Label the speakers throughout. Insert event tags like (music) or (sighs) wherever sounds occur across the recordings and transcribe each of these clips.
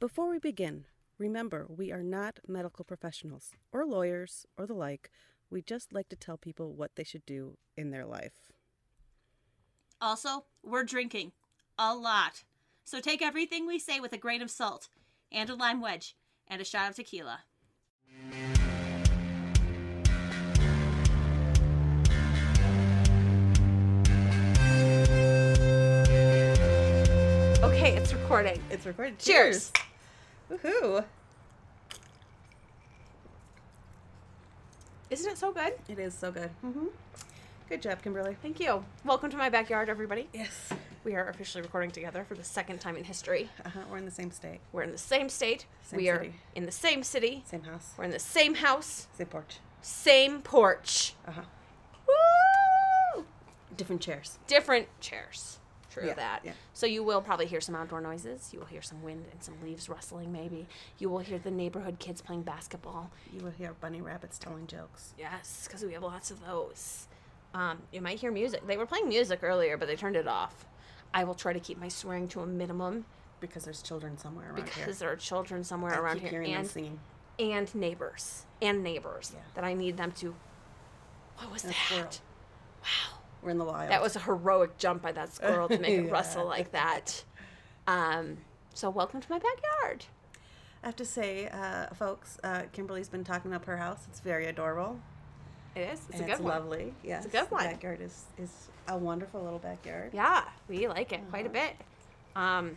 Speaker 1: Before we begin, remember we are not medical professionals or lawyers or the like. We just like to tell people what they should do in their life.
Speaker 2: Also, we're drinking a lot. So take everything we say with a grain of salt and a lime wedge and a shot of tequila.
Speaker 3: Okay, it's recording.
Speaker 1: It's recorded.
Speaker 3: Cheers. Woohoo. Isn't it so good?
Speaker 1: It is so good. Mm-hmm. Good job, Kimberly.
Speaker 3: Thank you. Welcome to my backyard, everybody.
Speaker 1: Yes.
Speaker 3: We are officially recording together for the second time in history.
Speaker 1: Uh-huh. We're in the same state,
Speaker 3: We're in the same state.
Speaker 1: Same
Speaker 3: we are
Speaker 1: city.
Speaker 3: in the same city.
Speaker 1: same house,
Speaker 3: We're in the same house,
Speaker 1: same porch.
Speaker 3: same porch.
Speaker 1: Uh-huh.
Speaker 3: Woo!
Speaker 1: Different chairs.
Speaker 3: Different chairs. True
Speaker 1: Yeah,
Speaker 3: that.
Speaker 1: yeah.
Speaker 3: So you will probably hear some outdoor noises. You will hear some wind and some leaves rustling, maybe. You will hear the neighborhood kids playing basketball.
Speaker 1: You will hear bunny rabbits telling jokes.
Speaker 3: Yes, because we have lots of those. Um, you might hear music. They were playing music earlier, but they turned it off. I will try to keep my swearing to a minimum
Speaker 1: Because there's children somewhere around here.
Speaker 3: because there are children somewhere
Speaker 1: I
Speaker 3: around
Speaker 1: keep
Speaker 3: here
Speaker 1: hearing them
Speaker 3: and,
Speaker 1: singing.
Speaker 3: and neighbors and neighbors
Speaker 1: Yeah.
Speaker 3: that I need them to. What was
Speaker 1: A squirrel.
Speaker 3: that? Wow,
Speaker 1: We're in the wild.
Speaker 3: that was a heroic jump by that squirrel to make it
Speaker 1: (laughs) Yeah.
Speaker 3: rustle like that. Um, so welcome to my backyard.
Speaker 1: I have to say, uh, folks, uh, Kimberly's been talking up her house. It's very adorable.
Speaker 3: It is. It's
Speaker 1: and
Speaker 3: a good
Speaker 1: it's
Speaker 3: one.
Speaker 1: lovely. Yes.
Speaker 3: good one.
Speaker 1: The backyard is, is a wonderful little backyard.
Speaker 3: Yeah, we like it quite a bit. Um,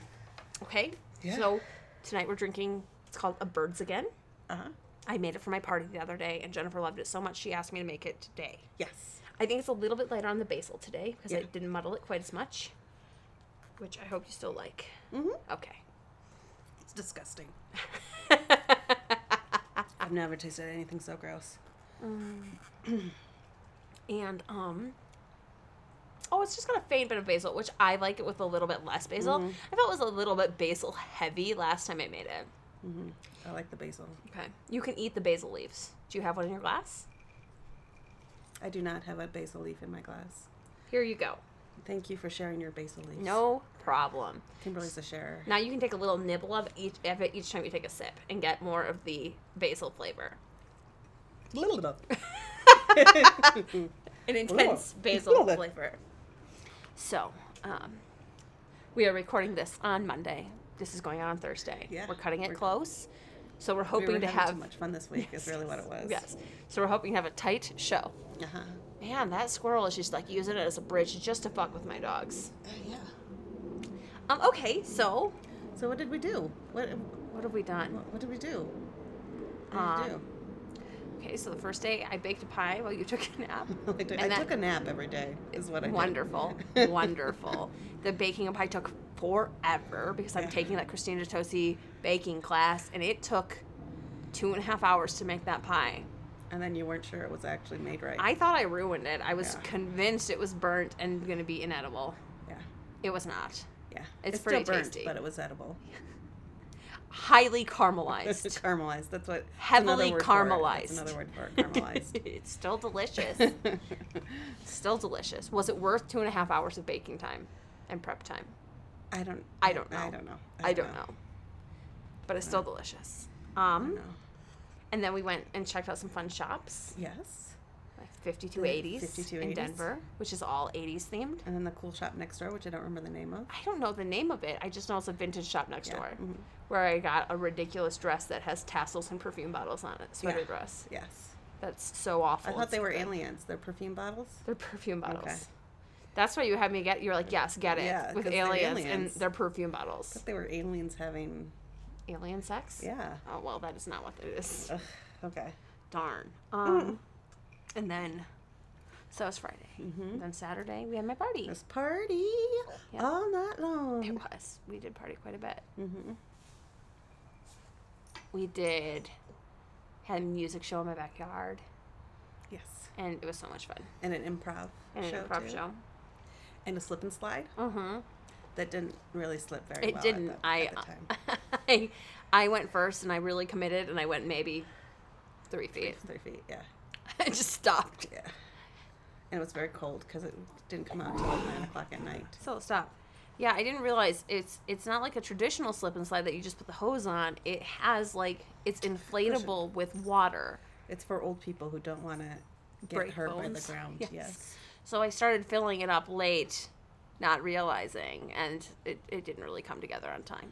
Speaker 3: okay,
Speaker 1: Uh-huh. Yeah.
Speaker 3: so tonight we're drinking. It's called a Birds Again.
Speaker 1: Uh-huh.
Speaker 3: I made it for my party the other day, and Jennifer loved it so much she asked me to make it today.
Speaker 1: Yes.
Speaker 3: I think it's a little bit lighter on the basil today because I
Speaker 1: Yeah.
Speaker 3: didn't muddle it quite as much, which I hope you still like.
Speaker 1: Mhm.
Speaker 3: Okay.
Speaker 1: It's disgusting. (laughs) I've never tasted anything so gross.
Speaker 3: And um Oh, it's just got a faint bit of basil, which I like it with a little bit less basil.
Speaker 1: Mm-hmm.
Speaker 3: I felt it was a little bit basil heavy last time I made it.
Speaker 1: I like the basil.
Speaker 3: Okay. You can eat the basil leaves. Do you have one in your glass?
Speaker 1: I do not have a basil leaf in my glass.
Speaker 3: Here you go.
Speaker 1: Thank you for sharing your basil leaves.
Speaker 3: No problem.
Speaker 1: Kimberly's a
Speaker 3: (laughs)
Speaker 1: sharer.
Speaker 3: Now you can take a little nibble of each of it each time you take a sip and get more of the basil flavor.
Speaker 1: Little bit.
Speaker 3: An intense basil
Speaker 1: Little bit.
Speaker 3: flavor. So, um, we are recording this on Monday. This is going out on Thursday.
Speaker 1: Yeah,
Speaker 3: we're cutting it
Speaker 1: we're-
Speaker 3: close. So we're
Speaker 1: we
Speaker 3: hoping
Speaker 1: were
Speaker 3: to
Speaker 1: having
Speaker 3: have
Speaker 1: too much fun this week is really what it was.
Speaker 3: yes. So we're hoping to have a tight show.
Speaker 1: Uh-huh.
Speaker 3: Man, that squirrel is just like using it as a bridge just to fuck with my dogs.
Speaker 1: Uh, yeah.
Speaker 3: Um. Okay. So
Speaker 1: So what did we do? What
Speaker 3: what have we done?
Speaker 1: what did we do? What did
Speaker 3: Um,
Speaker 1: you do? (laughs)
Speaker 3: Okay. So the first day I baked a pie while you took a nap.
Speaker 1: I, do-
Speaker 3: and
Speaker 1: I
Speaker 3: that-
Speaker 1: took a nap every day. Is what I did. (laughs)
Speaker 3: wonderful, wonderful. The baking of pie took forever because I'm taking that Christina Tosi baking class, and it took two and a half hours to make that pie.
Speaker 1: And then you weren't sure it was actually made right.
Speaker 3: I thought I ruined it. I was
Speaker 1: Yeah.
Speaker 3: convinced it was burnt and going to be inedible.
Speaker 1: yeah,
Speaker 3: It was not.
Speaker 1: yeah.
Speaker 3: It's
Speaker 1: still
Speaker 3: pretty
Speaker 1: burnt,
Speaker 3: tasty.
Speaker 1: but it was
Speaker 3: (laughs)
Speaker 1: edible.
Speaker 3: Highly caramelized.
Speaker 1: caramelized. That's what. that's
Speaker 3: Heavily
Speaker 1: another word for it.
Speaker 3: caramelized.
Speaker 1: That's another word for it, (laughs)
Speaker 3: (laughs)
Speaker 1: caramelized.
Speaker 3: it's still delicious. still delicious. Was it worth two and a half hours of baking time and prep time?
Speaker 1: I don't.
Speaker 3: I don't know.
Speaker 1: I don't know.
Speaker 3: I don't know. But it's still delicious. Um,
Speaker 1: No.
Speaker 3: And then we went and checked out some fun shops,
Speaker 1: Yes.
Speaker 3: like 5280s,
Speaker 1: 5280s.
Speaker 3: in Denver, which is all 80s themed.
Speaker 1: And then the cool shop next door, which I don't remember the name of.
Speaker 3: I don't know the name of it. I just know it's a vintage shop next
Speaker 1: Yeah,
Speaker 3: door
Speaker 1: mhm.
Speaker 3: where I got a ridiculous dress that has tassels and perfume bottles on it. Sweater
Speaker 1: Yeah.
Speaker 3: dress.
Speaker 1: Yes.
Speaker 3: That's so awful.
Speaker 1: I thought
Speaker 3: It's
Speaker 1: they were
Speaker 3: good.
Speaker 1: aliens. They're perfume bottles.
Speaker 3: They're perfume bottles.
Speaker 1: Okay.
Speaker 3: That's why you had me get. You're like, yes, get it
Speaker 1: Yeah,
Speaker 3: with
Speaker 1: 'cause they're
Speaker 3: aliens, and
Speaker 1: aliens.
Speaker 3: they're perfume bottles.
Speaker 1: They were aliens having.
Speaker 3: Alien sex.
Speaker 1: Yeah. Uh.
Speaker 3: Oh well, that is not what it is.
Speaker 1: Ugh, okay. (laughs)
Speaker 3: Darn. Um, and then, so it was Friday.
Speaker 1: Mm-hmm.
Speaker 3: Then Saturday we had my party.
Speaker 1: This party
Speaker 3: Yeah.
Speaker 1: all night
Speaker 3: It
Speaker 1: long.
Speaker 3: was. We did party quite a bit.
Speaker 1: Mm-hmm.
Speaker 3: We did had a music show in my backyard,
Speaker 1: Yes.
Speaker 3: and it was so much fun.
Speaker 1: And an improv
Speaker 3: And
Speaker 1: show.
Speaker 3: an improv
Speaker 1: too.
Speaker 3: show.
Speaker 1: And a slip and slide
Speaker 3: Mm-hmm.
Speaker 1: that didn't really slip very
Speaker 3: It
Speaker 1: well. at
Speaker 3: didn't.
Speaker 1: the-
Speaker 3: I, uh,
Speaker 1: at the
Speaker 3: (laughs)
Speaker 1: time.
Speaker 3: I I went first, and I really committed, and I went maybe three feet. (laughs)
Speaker 1: It's three feet. Yeah.
Speaker 3: I just stopped.
Speaker 1: Yeah. And it was very cold because it didn't come out until like nine o'clock at night.
Speaker 3: So stop. Yeah, I didn't realize it's it's not like a traditional slip and slide that you just put the hose on. It has like it's inflatable with water.
Speaker 1: It's for old people who don't want to get
Speaker 3: Break
Speaker 1: hurt by the
Speaker 3: bones.
Speaker 1: ground. Yes.
Speaker 3: Yes. So I started filling it up late, not realizing, and it, it didn't really come together on time.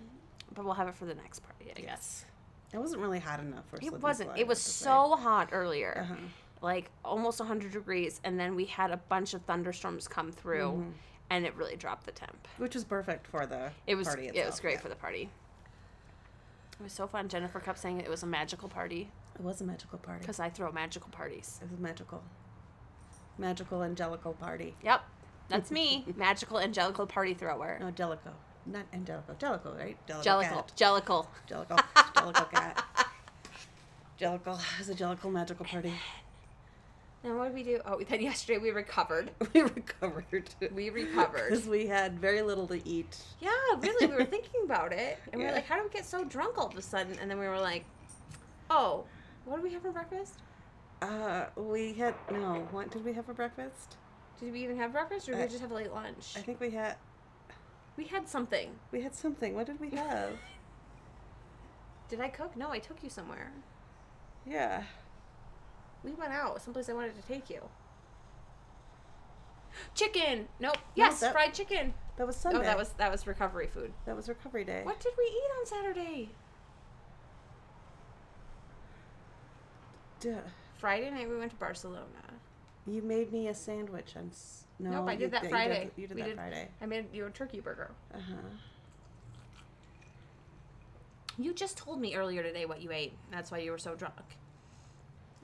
Speaker 3: But we'll have it for the next party. I guess.
Speaker 1: It wasn't really hot enough for slip
Speaker 3: It
Speaker 1: and
Speaker 3: wasn't.
Speaker 1: slide, I
Speaker 3: It was
Speaker 1: have to say.
Speaker 3: so hot earlier,
Speaker 1: Uh-huh.
Speaker 3: like almost 100 degrees, and then we had a bunch of thunderstorms come through,
Speaker 1: Mm-hmm.
Speaker 3: and it really dropped the temp.
Speaker 1: Which was perfect for the
Speaker 3: It was
Speaker 1: party
Speaker 3: it was
Speaker 1: itself,
Speaker 3: great
Speaker 1: yeah.
Speaker 3: for the party. It was so fun. Jennifer kept saying it was a magical party
Speaker 1: It was a magical party.
Speaker 3: because I throw magical parties.
Speaker 1: It was magical. Magical angelical party.
Speaker 3: Yep, that's
Speaker 1: (laughs)
Speaker 3: me, magical angelical party thrower.
Speaker 1: No, Jellico. Not Angelico. Jellico, right? Jellico.
Speaker 3: Jellical,
Speaker 1: cat.
Speaker 3: jellical.
Speaker 1: Jellico. Jellico cat.
Speaker 3: (laughs)
Speaker 1: Jellicle. It was a Jellicle magical party.
Speaker 3: Then what did we do? Oh, (laughs) then yesterday we recovered.
Speaker 1: (laughs) We recovered.
Speaker 3: We recovered.
Speaker 1: Because we had very little to eat.
Speaker 3: yeah, really, we
Speaker 1: (laughs)
Speaker 3: were thinking about it, and we
Speaker 1: Yeah.
Speaker 3: were like, how do we get so drunk all of a sudden? And then we were like, oh, what did we have for breakfast?
Speaker 1: Uh, we had, no, what did we have for breakfast?
Speaker 3: Did we even have breakfast, or did
Speaker 1: I-
Speaker 3: we just have a late lunch?
Speaker 1: I think we had,
Speaker 3: we had something.
Speaker 1: we had something. What did we have?
Speaker 3: Did I cook? No, I took you somewhere.
Speaker 1: Yeah.
Speaker 3: We went out someplace I wanted to take you. Chicken. Nope. Yes,
Speaker 1: that-
Speaker 3: fried chicken.
Speaker 1: That was Sunday.
Speaker 3: Oh, that was that was recovery food.
Speaker 1: that was recovery day.
Speaker 3: What did we eat on Saturday?
Speaker 1: Duh.
Speaker 3: Friday night we went to Barcelona.
Speaker 1: You made me a sandwich. I'm s- no.
Speaker 3: nope, I
Speaker 1: you-
Speaker 3: did that
Speaker 1: yeah, you
Speaker 3: Friday.
Speaker 1: You did,
Speaker 3: We
Speaker 1: that Friday.
Speaker 3: I made you a turkey burger.
Speaker 1: Uh huh.
Speaker 3: You just told me earlier today what you ate. That's why you were so drunk.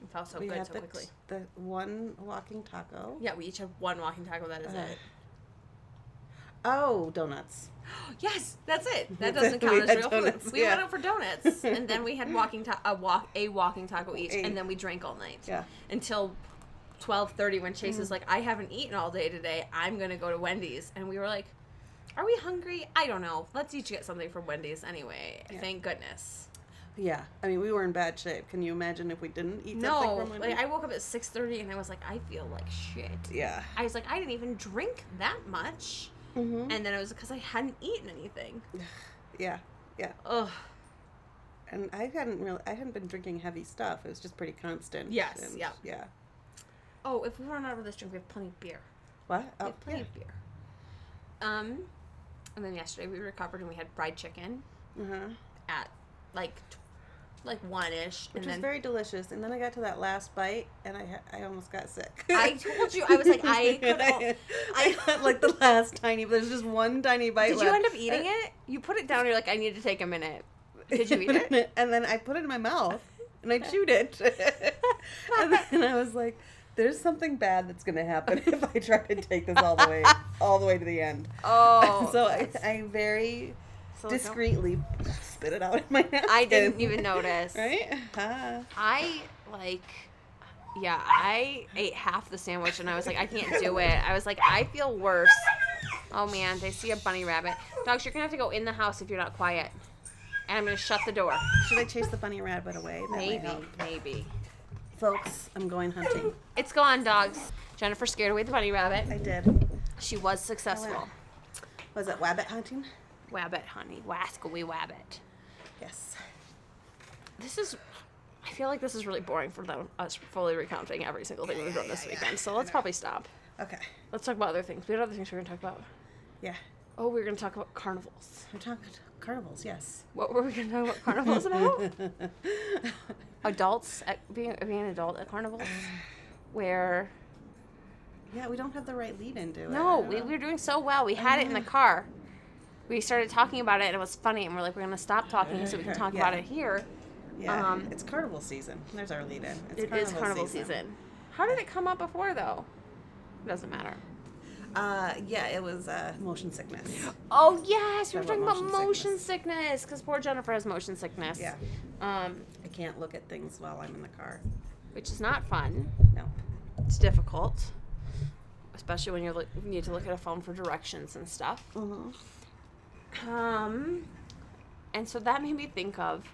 Speaker 3: It felt so
Speaker 1: we
Speaker 3: Oh, good
Speaker 1: had
Speaker 3: so
Speaker 1: the,
Speaker 3: quickly.
Speaker 1: the one walking taco.
Speaker 3: Yeah, we each have one walking taco. That is
Speaker 1: Uh,
Speaker 3: it.
Speaker 1: Oh, donuts.
Speaker 3: (gasps) Yes, that's
Speaker 1: (laughs)
Speaker 3: it. That
Speaker 1: That's it.
Speaker 3: doesn't
Speaker 1: We
Speaker 3: count as
Speaker 1: had
Speaker 3: real
Speaker 1: donuts,
Speaker 3: food. We
Speaker 1: yeah.
Speaker 3: went out
Speaker 1: (laughs)
Speaker 3: for donuts, and then we had walking ta- a walk a walking taco each,
Speaker 1: Eight.
Speaker 3: and then we drank all night.
Speaker 1: Yeah. Mm.
Speaker 3: until 12:30 when Chase is like I haven't eaten all day today. I'm going to go to Wendy's and we were like are we hungry? I don't know. Let's each get something from Wendy's anyway.
Speaker 1: Yeah.
Speaker 3: Thank goodness.
Speaker 1: Yeah. I mean, we were in bad shape. Can you imagine if we didn't eat something
Speaker 3: No,
Speaker 1: from Wendy's?
Speaker 3: like I woke up at 6:30 and I was like I feel like shit.
Speaker 1: yeah.
Speaker 3: I was like I didn't even drink that much.
Speaker 1: Mm-hmm.
Speaker 3: And then it was because I hadn't eaten anything.
Speaker 1: Yeah. Yeah.
Speaker 3: Ugh.
Speaker 1: And I hadn't really, I hadn't been drinking heavy stuff. It was just pretty constant.
Speaker 3: Yes,
Speaker 1: and-
Speaker 3: yeah.
Speaker 1: Yeah.
Speaker 3: Oh, if we run out of this drink, we have plenty of beer.
Speaker 1: What?
Speaker 3: We
Speaker 1: Oh,
Speaker 3: have
Speaker 1: yeah.
Speaker 3: plenty of beer. Um, and then yesterday we recovered and we had fried chicken.
Speaker 1: Uh-huh.
Speaker 3: at like t- like one ish,
Speaker 1: Which
Speaker 3: and
Speaker 1: was
Speaker 3: then
Speaker 1: very delicious. And then I got to that last bite, and I ha- I almost got sick.
Speaker 3: I told you, I was like,
Speaker 1: (laughs)
Speaker 3: I could al-
Speaker 1: I
Speaker 3: I-
Speaker 1: had like the last tiny. There's just one tiny bite.
Speaker 3: did you end up
Speaker 1: Uh,
Speaker 3: eating it? You put it down. You're like, I need to take
Speaker 1: (laughs)
Speaker 3: a minute. Did you eat it?
Speaker 1: And then I put it in my
Speaker 3: (laughs)
Speaker 1: mouth and I chewed it. (laughs) and then I was like, "There's something bad that's gonna happen (laughs) if I try to take this all the way, all the way to the end."
Speaker 3: Oh,
Speaker 1: (laughs) so I, I very
Speaker 3: so don't-
Speaker 1: discreetly spit it out in my napkin.
Speaker 3: (laughs) I didn't even notice.
Speaker 1: (laughs) Right? Huh.
Speaker 3: I like. Yeah, I ate half the sandwich and I was like, I can't do it. I was like, I feel worse. Oh man, they see a bunny rabbit. Dogs, you're gonna have to go in the house if you're not quiet. And I'm gonna shut the door.
Speaker 1: Should I chase the bunny rabbit away? That might
Speaker 3: Maybe,
Speaker 1: help.
Speaker 3: maybe.
Speaker 1: Folks, I'm going hunting.
Speaker 3: It's gone, dogs. Jennifer scared away the bunny
Speaker 1: I
Speaker 3: rabbit.
Speaker 1: did.
Speaker 3: She was successful.
Speaker 1: Was it rabbit hunting?
Speaker 3: Wabbit, honey. Wascally wabbit.
Speaker 1: Yes.
Speaker 3: This is. I feel like this is really boring for them, us fully recounting every single thing we've done this weekend. So let's probably stop.
Speaker 1: Okay.
Speaker 3: Let's talk about other things. We had other things we were going to talk about.
Speaker 1: Yeah.
Speaker 3: Oh, we were going to talk about carnivals.
Speaker 1: We're talking carnivals, yes.
Speaker 3: What were we going to talk about carnivals about? (laughs) Adults, at, being, being an adult at carnivals. Where.
Speaker 1: yeah, we don't have the right lead into it.
Speaker 3: No,
Speaker 1: I
Speaker 3: we,
Speaker 1: don't
Speaker 3: we were doing so well. We had it in the car. We started talking about it and it was funny, and we're like, we're going to stop talking so we can talk
Speaker 1: Yeah.
Speaker 3: about it here.
Speaker 1: know. yeah.
Speaker 3: um,
Speaker 1: it's carnival season. There's our lead in. It's
Speaker 3: It is carnival season. How did it come up before though? It doesn't matter.
Speaker 1: Uh, yeah, it was uh, motion sickness.
Speaker 3: Oh yes, we were
Speaker 1: Talking
Speaker 3: talking
Speaker 1: about
Speaker 3: about motion sickness because poor Jennifer has motion sickness.
Speaker 1: Yeah.
Speaker 3: Um,
Speaker 1: I can't look at things while I'm in the car.
Speaker 3: which is not fun.
Speaker 1: No.
Speaker 3: It's difficult, especially when you look you need to look at a phone for directions and stuff.
Speaker 1: Mm-hmm.
Speaker 3: Um, and so that made me think of.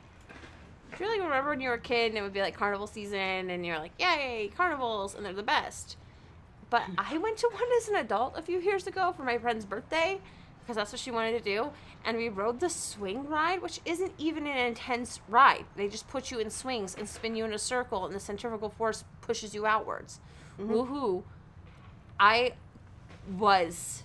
Speaker 3: Do you like remember when you were a kid and it would be like carnival season and you're like, yay, carnivals, and they're the best. But I went to one as an adult a few years ago for my friend's birthday because that's what she wanted to do. And we rode the swing ride, which isn't even an intense ride. They just put you in swings and spin you in a circle, and the centrifugal force pushes you outwards.
Speaker 1: Mm-hmm.
Speaker 3: Woohoo! I was.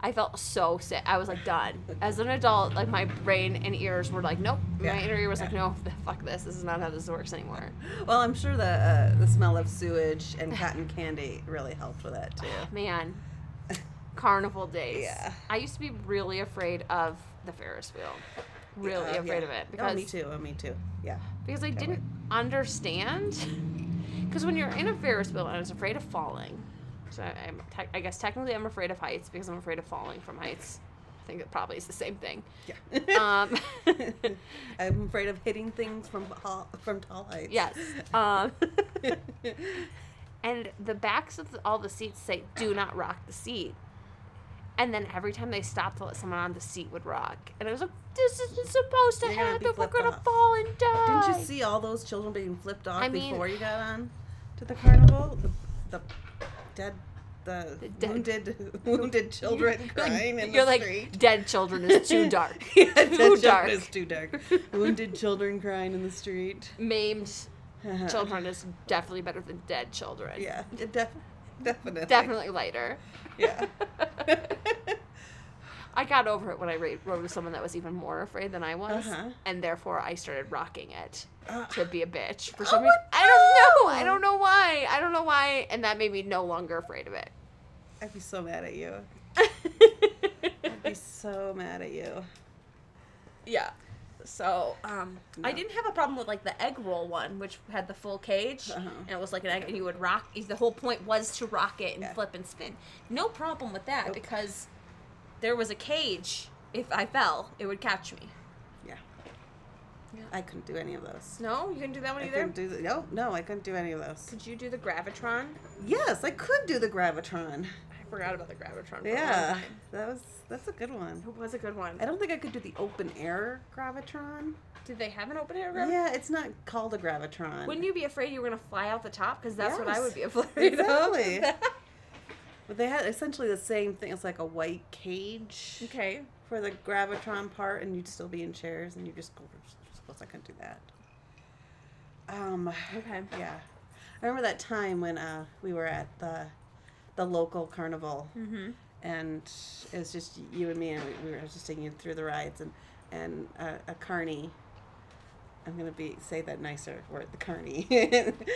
Speaker 3: I felt so sick. I was like done. As an adult, like my brain and ears were like, nope.
Speaker 1: Yeah,
Speaker 3: my inner ear was
Speaker 1: yeah.
Speaker 3: like, no, fuck this. This is not how this works anymore.
Speaker 1: Well, I'm sure the uh, the smell of sewage
Speaker 3: (sighs)
Speaker 1: and cotton candy really helped with that too.
Speaker 3: Man, carnival days.
Speaker 1: Yeah.
Speaker 3: I used to be really afraid of the Ferris wheel. Really
Speaker 1: Yeah,
Speaker 3: afraid
Speaker 1: yeah.
Speaker 3: of it
Speaker 1: oh,
Speaker 3: because
Speaker 1: me too. Oh, me too. Yeah.
Speaker 3: because I didn't understand. Because when you're in a Ferris wheel, I was afraid of falling. So I- I'm te- I guess technically I'm afraid of heights because I'm afraid of falling from heights. I think it probably is the same thing.
Speaker 1: Yeah.
Speaker 3: Um,
Speaker 1: (laughs) I'm afraid of hitting things from hall, from tall heights. (laughs)
Speaker 3: yes. Um, and the backs of the, all the seats say do not rock the seat and then every time they stopped to let someone on the seat would rock and i was like this isn't supposed to
Speaker 1: They're gonna be
Speaker 3: happen we're
Speaker 1: flipped
Speaker 3: gonna
Speaker 1: off."
Speaker 3: fall and die
Speaker 1: Didn't you see all those children being flipped off
Speaker 3: I mean-
Speaker 1: before you got on to the carnival? The, the dead, the,
Speaker 3: The dead-
Speaker 1: wounded, (laughs) wounded
Speaker 3: (laughs)
Speaker 1: children crying in
Speaker 3: you're
Speaker 1: the
Speaker 3: like
Speaker 1: street. (laughs)
Speaker 3: dead children is too dark
Speaker 1: yeah, dead
Speaker 3: too
Speaker 1: children
Speaker 3: dark
Speaker 1: is too dark. wounded children crying in the street. (laughs)
Speaker 3: maimed children is definitely better than dead
Speaker 1: (laughs)
Speaker 3: children
Speaker 1: Yeah, it def- definitely.
Speaker 3: definitely lighter
Speaker 2: (laughs)
Speaker 1: Yeah.
Speaker 3: (laughs)
Speaker 1: (laughs)
Speaker 3: I got over it when I ra- rode with someone that was even more afraid than I was,
Speaker 1: Uh-huh.
Speaker 3: and therefore I started rocking it
Speaker 1: Uh.
Speaker 3: to be a bitch. For
Speaker 1: Oh
Speaker 3: some
Speaker 1: my
Speaker 3: reason, I don't know. I
Speaker 1: God.
Speaker 3: don't know why. I don't know why, and that made me no longer afraid of it.
Speaker 1: I'd be so mad at you. I'd be so mad at you.
Speaker 2: (laughs) Yeah. So, um, I
Speaker 1: No.
Speaker 2: didn't have a problem with like the egg roll one, which had the full cage,
Speaker 1: Uh-huh.
Speaker 2: and it was like an egg, and you would rock. The whole point was to rock it and
Speaker 1: Yeah.
Speaker 2: flip and spin. No problem with that
Speaker 1: Nope.
Speaker 2: because there was a cage. If I fell, it would catch me.
Speaker 1: Yeah.
Speaker 3: Yeah.
Speaker 1: I couldn't do any of those.
Speaker 2: No, you couldn't do that one
Speaker 1: I
Speaker 2: either.
Speaker 1: couldn't do the, no, no, I couldn't do any of those.
Speaker 2: Could you do the gravitron?
Speaker 1: Yes, I could do the gravitron.
Speaker 2: I forgot about the gravitron. For a
Speaker 1: Yeah,
Speaker 2: long time.
Speaker 1: that was that's a good one.
Speaker 2: it was a good one.
Speaker 1: I don't think I could do the open air gravitron.
Speaker 2: Did they have an open air gravitron?
Speaker 1: Yeah, it's not called a gravitron.
Speaker 2: Wouldn't you be afraid you were gonna fly out the top? Because that's what I
Speaker 1: Yes.
Speaker 2: would be afraid
Speaker 1: Exactly.
Speaker 2: of.
Speaker 1: But they had essentially the same thing. It's like a white cage
Speaker 2: (laughs) okay.
Speaker 1: for the gravitron part, and you'd still be in chairs, and you just go. Suppose I couldn't do that. Um.
Speaker 2: Okay.
Speaker 1: Yeah, I remember that time when uh, we were at the the local carnival,
Speaker 2: Mm-hmm.
Speaker 1: and it was just you and me, and we, we were just taking it through the rides, and and uh, a carny. I'm gonna be say that nicer word, the carny.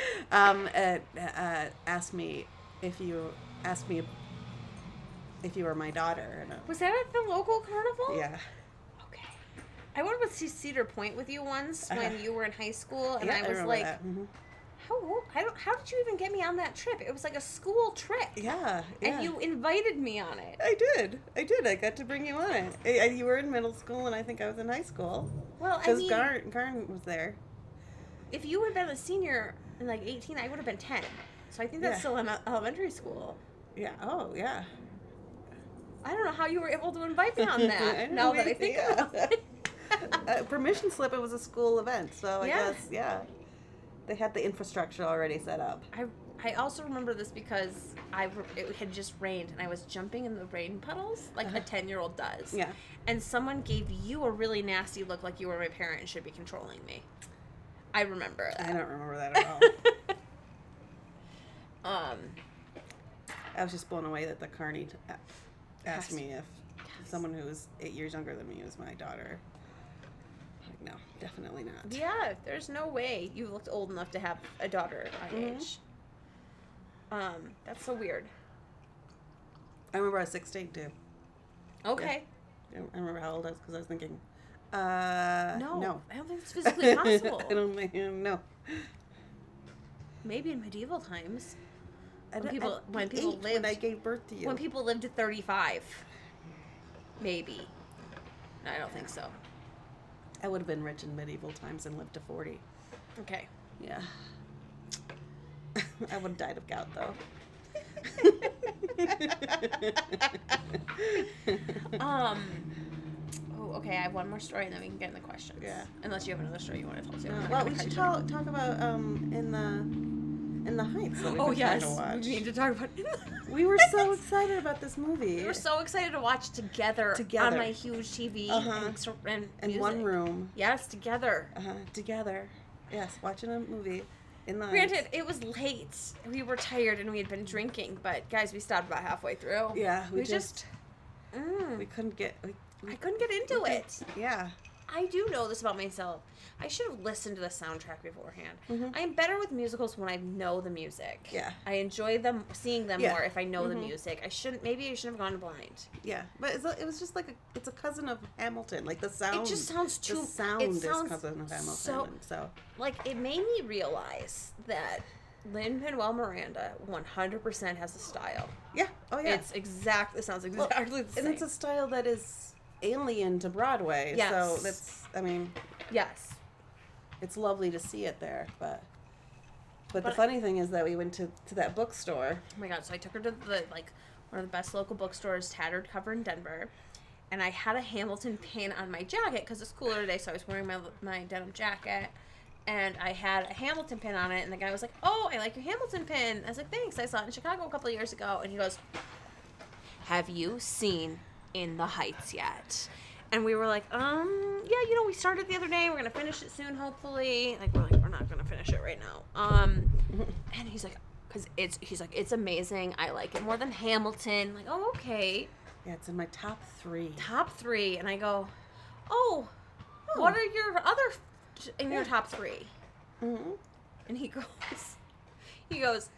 Speaker 1: (laughs) um, uh, uh, asked me if you asked me if you were my daughter, and
Speaker 2: Was that at the local
Speaker 1: I,
Speaker 2: carnival?
Speaker 1: yeah,
Speaker 2: Okay. I went to Cedar Point with you once when
Speaker 1: Uh-huh.
Speaker 2: you were in high school, (laughs) and
Speaker 1: yeah,
Speaker 2: I was
Speaker 1: remember
Speaker 2: like,
Speaker 1: that. Mhm.
Speaker 2: "How old? I don't. How did you even get me on that trip? It was like a school trip,
Speaker 1: yeah, yeah.
Speaker 2: and you invited me on it.
Speaker 1: I did, I did. I got to bring you on it. I, I, you were in middle school, and I think I was in high school.
Speaker 2: Well, I
Speaker 1: Because
Speaker 2: mean,
Speaker 1: Garn, Garn was there.
Speaker 2: if you would have been a senior in like 18, I would have been 10. So I think that's
Speaker 1: Yeah.
Speaker 2: still in ele- elementary school.
Speaker 1: Yeah. Oh, yeah.
Speaker 2: I don't know how you were able to
Speaker 1: (laughs)
Speaker 2: invite me on that.
Speaker 1: I don't
Speaker 2: now that I
Speaker 1: either.
Speaker 2: think about it.
Speaker 1: (laughs) Uh, permission slip. It was a school event, so I
Speaker 2: Yeah.
Speaker 1: guess yeah. They had the infrastructure already set up.
Speaker 2: I I also remember this because I re- it had just rained and I was jumping in the rain puddles like a ten year old does.
Speaker 1: Uh-huh. Yeah.
Speaker 2: And someone gave you a really nasty look like you were my parent and should be controlling me. I remember
Speaker 1: I
Speaker 2: that.
Speaker 1: don't remember that at all.
Speaker 2: (laughs) um,
Speaker 1: I was just blown away that the carney t- a- asked
Speaker 2: Yes.
Speaker 1: me if someone who was eight years younger than me was my daughter. Like, no, definitely not.
Speaker 2: yeah, there's no way you looked old enough to have a daughter at my
Speaker 1: Mhm.
Speaker 2: age. Um, that's so weird.
Speaker 1: I remember I was 16 too.
Speaker 2: Okay.
Speaker 1: I don't- I remember how old I was because I was thinking, uh,
Speaker 2: No,
Speaker 1: no.
Speaker 2: I don't think it's
Speaker 1: (laughs)
Speaker 2: physically possible.
Speaker 1: I don't think, no.
Speaker 2: Maybe in medieval times,
Speaker 1: I
Speaker 2: When
Speaker 1: don't-
Speaker 2: people-
Speaker 1: I'd
Speaker 2: when
Speaker 1: be
Speaker 2: people
Speaker 1: eight when I
Speaker 2: lived-
Speaker 1: gave birth to you.
Speaker 2: when people lived to 35 maybe no, i don't think so
Speaker 1: I would have been rich in medieval times and lived to 40. (laughs)
Speaker 2: okay
Speaker 1: Yeah. I would have died of gout, (laughs)
Speaker 2: (laughs)
Speaker 1: though.
Speaker 2: um oh okay i have one more story and then we can get in the questions
Speaker 1: Yeah.
Speaker 2: unless you have another story you want to tell too.
Speaker 3: (laughs)
Speaker 1: No,
Speaker 2: I got
Speaker 1: well,
Speaker 2: a
Speaker 1: we should talk,
Speaker 2: question.
Speaker 1: talk about um, in the in the Heights that we've
Speaker 3: Oh
Speaker 1: been
Speaker 3: yes,
Speaker 1: trying to
Speaker 3: we
Speaker 1: watch.
Speaker 3: need to talk about. (laughs)
Speaker 1: We were
Speaker 2: (laughs)
Speaker 1: so excited about this movie.
Speaker 3: we were so excited to watch together, on
Speaker 1: Together.
Speaker 3: my huge TV
Speaker 1: Uh-huh.
Speaker 3: and, sur- and
Speaker 1: in one
Speaker 3: music.
Speaker 1: room
Speaker 3: Yes, together.
Speaker 1: uh, together. Yes, watching a movie in the Heights.
Speaker 3: Granted, it was late. We were tired and we had been drinking, but guys, we stopped about halfway through.
Speaker 1: Yeah, we,
Speaker 3: we,
Speaker 1: just,
Speaker 3: just. Mm,
Speaker 1: we couldn't get. We,
Speaker 3: I couldn't get into it.
Speaker 1: yeah,
Speaker 3: I do know this about myself. I should have listened to the soundtrack beforehand.
Speaker 1: Mhm.
Speaker 3: I am better with musicals when I know the music.
Speaker 1: Yeah.
Speaker 3: I enjoy them seeing them
Speaker 1: Yeah. Mm-hmm.
Speaker 3: more if I know the music. I shouldn't. Maybe I shouldn't have gone blind.
Speaker 1: yeah. But it's, a- it was just like a, it's a cousin of Hamilton. Like the sound.
Speaker 3: It just sounds
Speaker 1: the
Speaker 3: too.
Speaker 1: sound
Speaker 3: it
Speaker 1: is
Speaker 3: sounds
Speaker 1: cousin of Hamilton.
Speaker 3: So
Speaker 1: and so
Speaker 3: like it made me realize that Lin Manuel Miranda 100% has a style.
Speaker 1: yeah, oh yeah.
Speaker 3: It's exactly it sounds
Speaker 1: Well,
Speaker 3: exactly the same.
Speaker 1: And it's a style that is alien to Broadway.
Speaker 3: Yes.
Speaker 1: So that's I mean,
Speaker 3: yes.
Speaker 1: it's lovely to see it there, but but,
Speaker 3: But-
Speaker 1: the funny thing is that we went to, to that bookstore.
Speaker 3: Oh my god! So I took her to the like one of the best local bookstores, Tattered Cover in Denver, and I had a Hamilton pin on my jacket because it's cooler today, so I was wearing my my denim jacket. And I had a Hamilton pin on it, and the guy was like, "Oh, I like your Hamilton pin." I was like, "Thanks, I saw it in Chicago a couple of years ago." And he goes, "Have you seen In the Heights yet?" And we were like, "Um, yeah, you know, we started the other day. We're gonna finish it soon, hopefully." Like, we're like, "We're not gonna finish it right now." Um, and he's like, "Cause it's," he's like, "It's amazing. I like it more than Hamilton." I'm like, "Oh, okay,
Speaker 1: Yeah, it's in my top three.
Speaker 3: top three. And I go, "Oh, what are your other in your top three?
Speaker 1: Mm-hmm.
Speaker 3: And he (laughs) goes, he goes,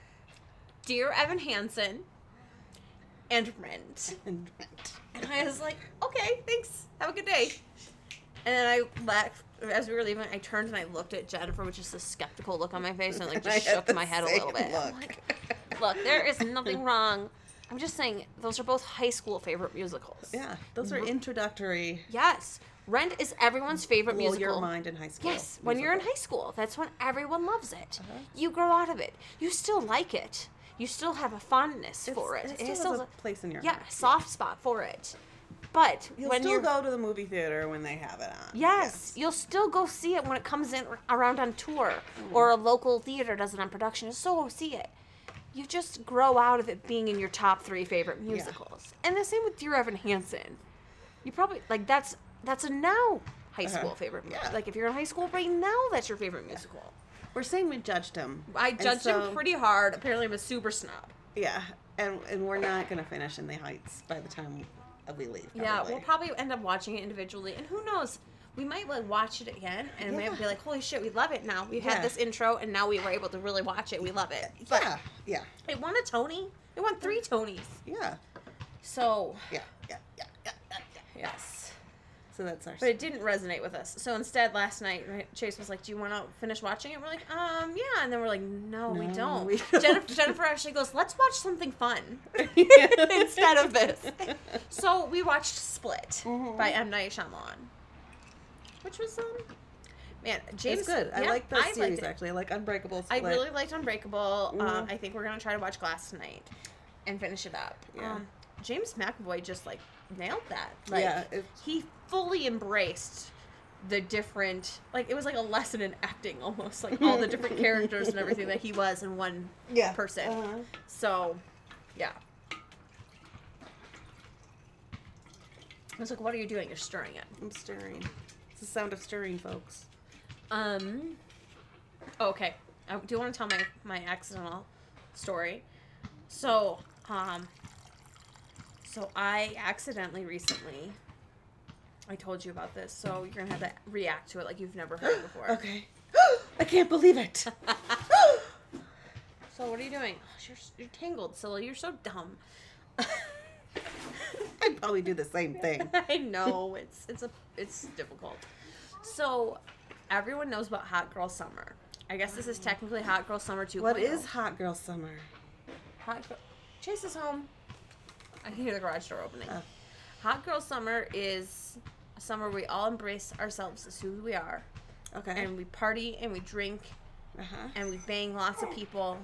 Speaker 3: "Dear Evan Hansen." And Rent.
Speaker 1: And
Speaker 3: And I was like, okay, thanks. Have a good day. And then I left. As we were leaving, I turned and I looked at Jennifer with just a skeptical look on my face, and I
Speaker 1: (laughs)
Speaker 3: like
Speaker 1: I
Speaker 3: just
Speaker 1: had
Speaker 3: shook
Speaker 1: the
Speaker 3: my head a little
Speaker 1: same
Speaker 3: bit. I'm
Speaker 1: look.
Speaker 3: like, look, there is nothing wrong. I'm just saying those are both high school favorite musicals.
Speaker 1: (laughs) yeah, those are introductory.
Speaker 3: Yes, Rent is everyone's favorite
Speaker 1: Blow
Speaker 3: musical.
Speaker 1: your mind in high school.
Speaker 3: Yes, when you're in
Speaker 1: musical.
Speaker 3: high school, that's when everyone loves it.
Speaker 1: Uh-huh.
Speaker 3: You grow out of it. You still like it. You still have a fondness for it.
Speaker 1: It's- it still, has a place in your
Speaker 3: yeah,
Speaker 1: heart.
Speaker 3: soft spot for it. But
Speaker 1: You'll
Speaker 3: when
Speaker 1: still
Speaker 3: you're
Speaker 1: go to the movie theater when they have it on.
Speaker 3: Yes, you'll still go see it when it comes in around on tour or a local theater does it on production. You'll still go see it. You just grow out of it being in your top three favorite musicals. And the same with Dear Evan Hansen. You probably like that's that's a now high
Speaker 1: Uh-huh.
Speaker 3: school favorite. mu-
Speaker 1: Yeah.
Speaker 3: Like if you're in high school right now, that's your favorite musical.
Speaker 1: We're saying we judged him.
Speaker 3: I
Speaker 1: And
Speaker 3: judged
Speaker 1: so-
Speaker 3: him pretty hard. Apparently, I'm a super snob.
Speaker 1: Yeah, and and we're not gonna finish in the heights by the time we leave.
Speaker 3: Yeah,
Speaker 1: probably.
Speaker 3: we'll probably end up watching it individually, and who knows? We might like watch it again, and we might be
Speaker 1: Yeah.
Speaker 3: like, "Holy shit, we love it now! We
Speaker 1: Yeah.
Speaker 3: had this intro, and now we were able to really watch it. We love it." But
Speaker 1: yeah, yeah,
Speaker 3: it won a Tony. It won three Tonys.
Speaker 1: yeah,
Speaker 3: So
Speaker 1: yeah, yeah, yeah, yeah, yeah.
Speaker 3: yes,
Speaker 1: So that's our.
Speaker 3: but it didn't resonate with us. So instead, last night right, Chase was like, "Do you want to finish watching it?" We're like, "Um, yeah," and then we're like, "No, we
Speaker 1: No,
Speaker 3: don't."
Speaker 1: we don't.
Speaker 3: (laughs) Jennifer, Jennifer actually goes, "Let's watch something (laughs) fun."
Speaker 1: instead
Speaker 3: instead
Speaker 1: (laughs)
Speaker 3: of this. So we watched Split
Speaker 1: Mhm.
Speaker 3: by M Night Shyamalan, which was um, man, James
Speaker 1: it's good. I
Speaker 3: yeah,
Speaker 1: like
Speaker 3: I
Speaker 1: that
Speaker 3: liked
Speaker 1: series
Speaker 3: it.
Speaker 1: actually. I like Unbreakable.
Speaker 3: I
Speaker 1: Split.
Speaker 3: really liked Unbreakable. Um,
Speaker 1: Mhm.
Speaker 3: I think we're gonna try to watch Glass tonight and finish it up.
Speaker 1: Yeah.
Speaker 3: Um, James McAvoy just like nailed that. Like
Speaker 1: Yeah, it-
Speaker 3: he fully embraced the different like it was like a lesson in acting almost like all
Speaker 1: (laughs)
Speaker 3: the different characters and everything that he was in one
Speaker 1: yeah
Speaker 3: person.
Speaker 1: Uh-huh.
Speaker 3: So, yeah. I was like, "What are you doing? You're stirring it."
Speaker 1: I'm stirring. It's the sound of stirring, folks.
Speaker 3: Um. oh, okay, I do want to tell my my accidental story. So, um. So I accidentally recently. I told you about this, so you're gonna have to react to it like you've never heard it before.
Speaker 1: (gasps) Okay. I can't believe
Speaker 3: (laughs)
Speaker 1: it. (gasps)
Speaker 3: So what are you doing? Oh, you're, you're tangled, silly. You're so dumb. (laughs)
Speaker 1: I probably do the same thing.
Speaker 3: I know it's it's a it's difficult. So everyone knows about Hot Girl Summer. I guess this is technically Hot Girl Summer oh. 2.
Speaker 1: (laughs) Mm-hmm. What is hot girl summer?
Speaker 3: Hot Girl? Chase is home. I can hear the garage door opening.
Speaker 1: Oh.
Speaker 3: Hot Girl Summer is a summer we all embrace ourselves as who we are,
Speaker 1: Okay.
Speaker 3: and we party and we drink
Speaker 1: Uh huh.
Speaker 3: and we bang lots of people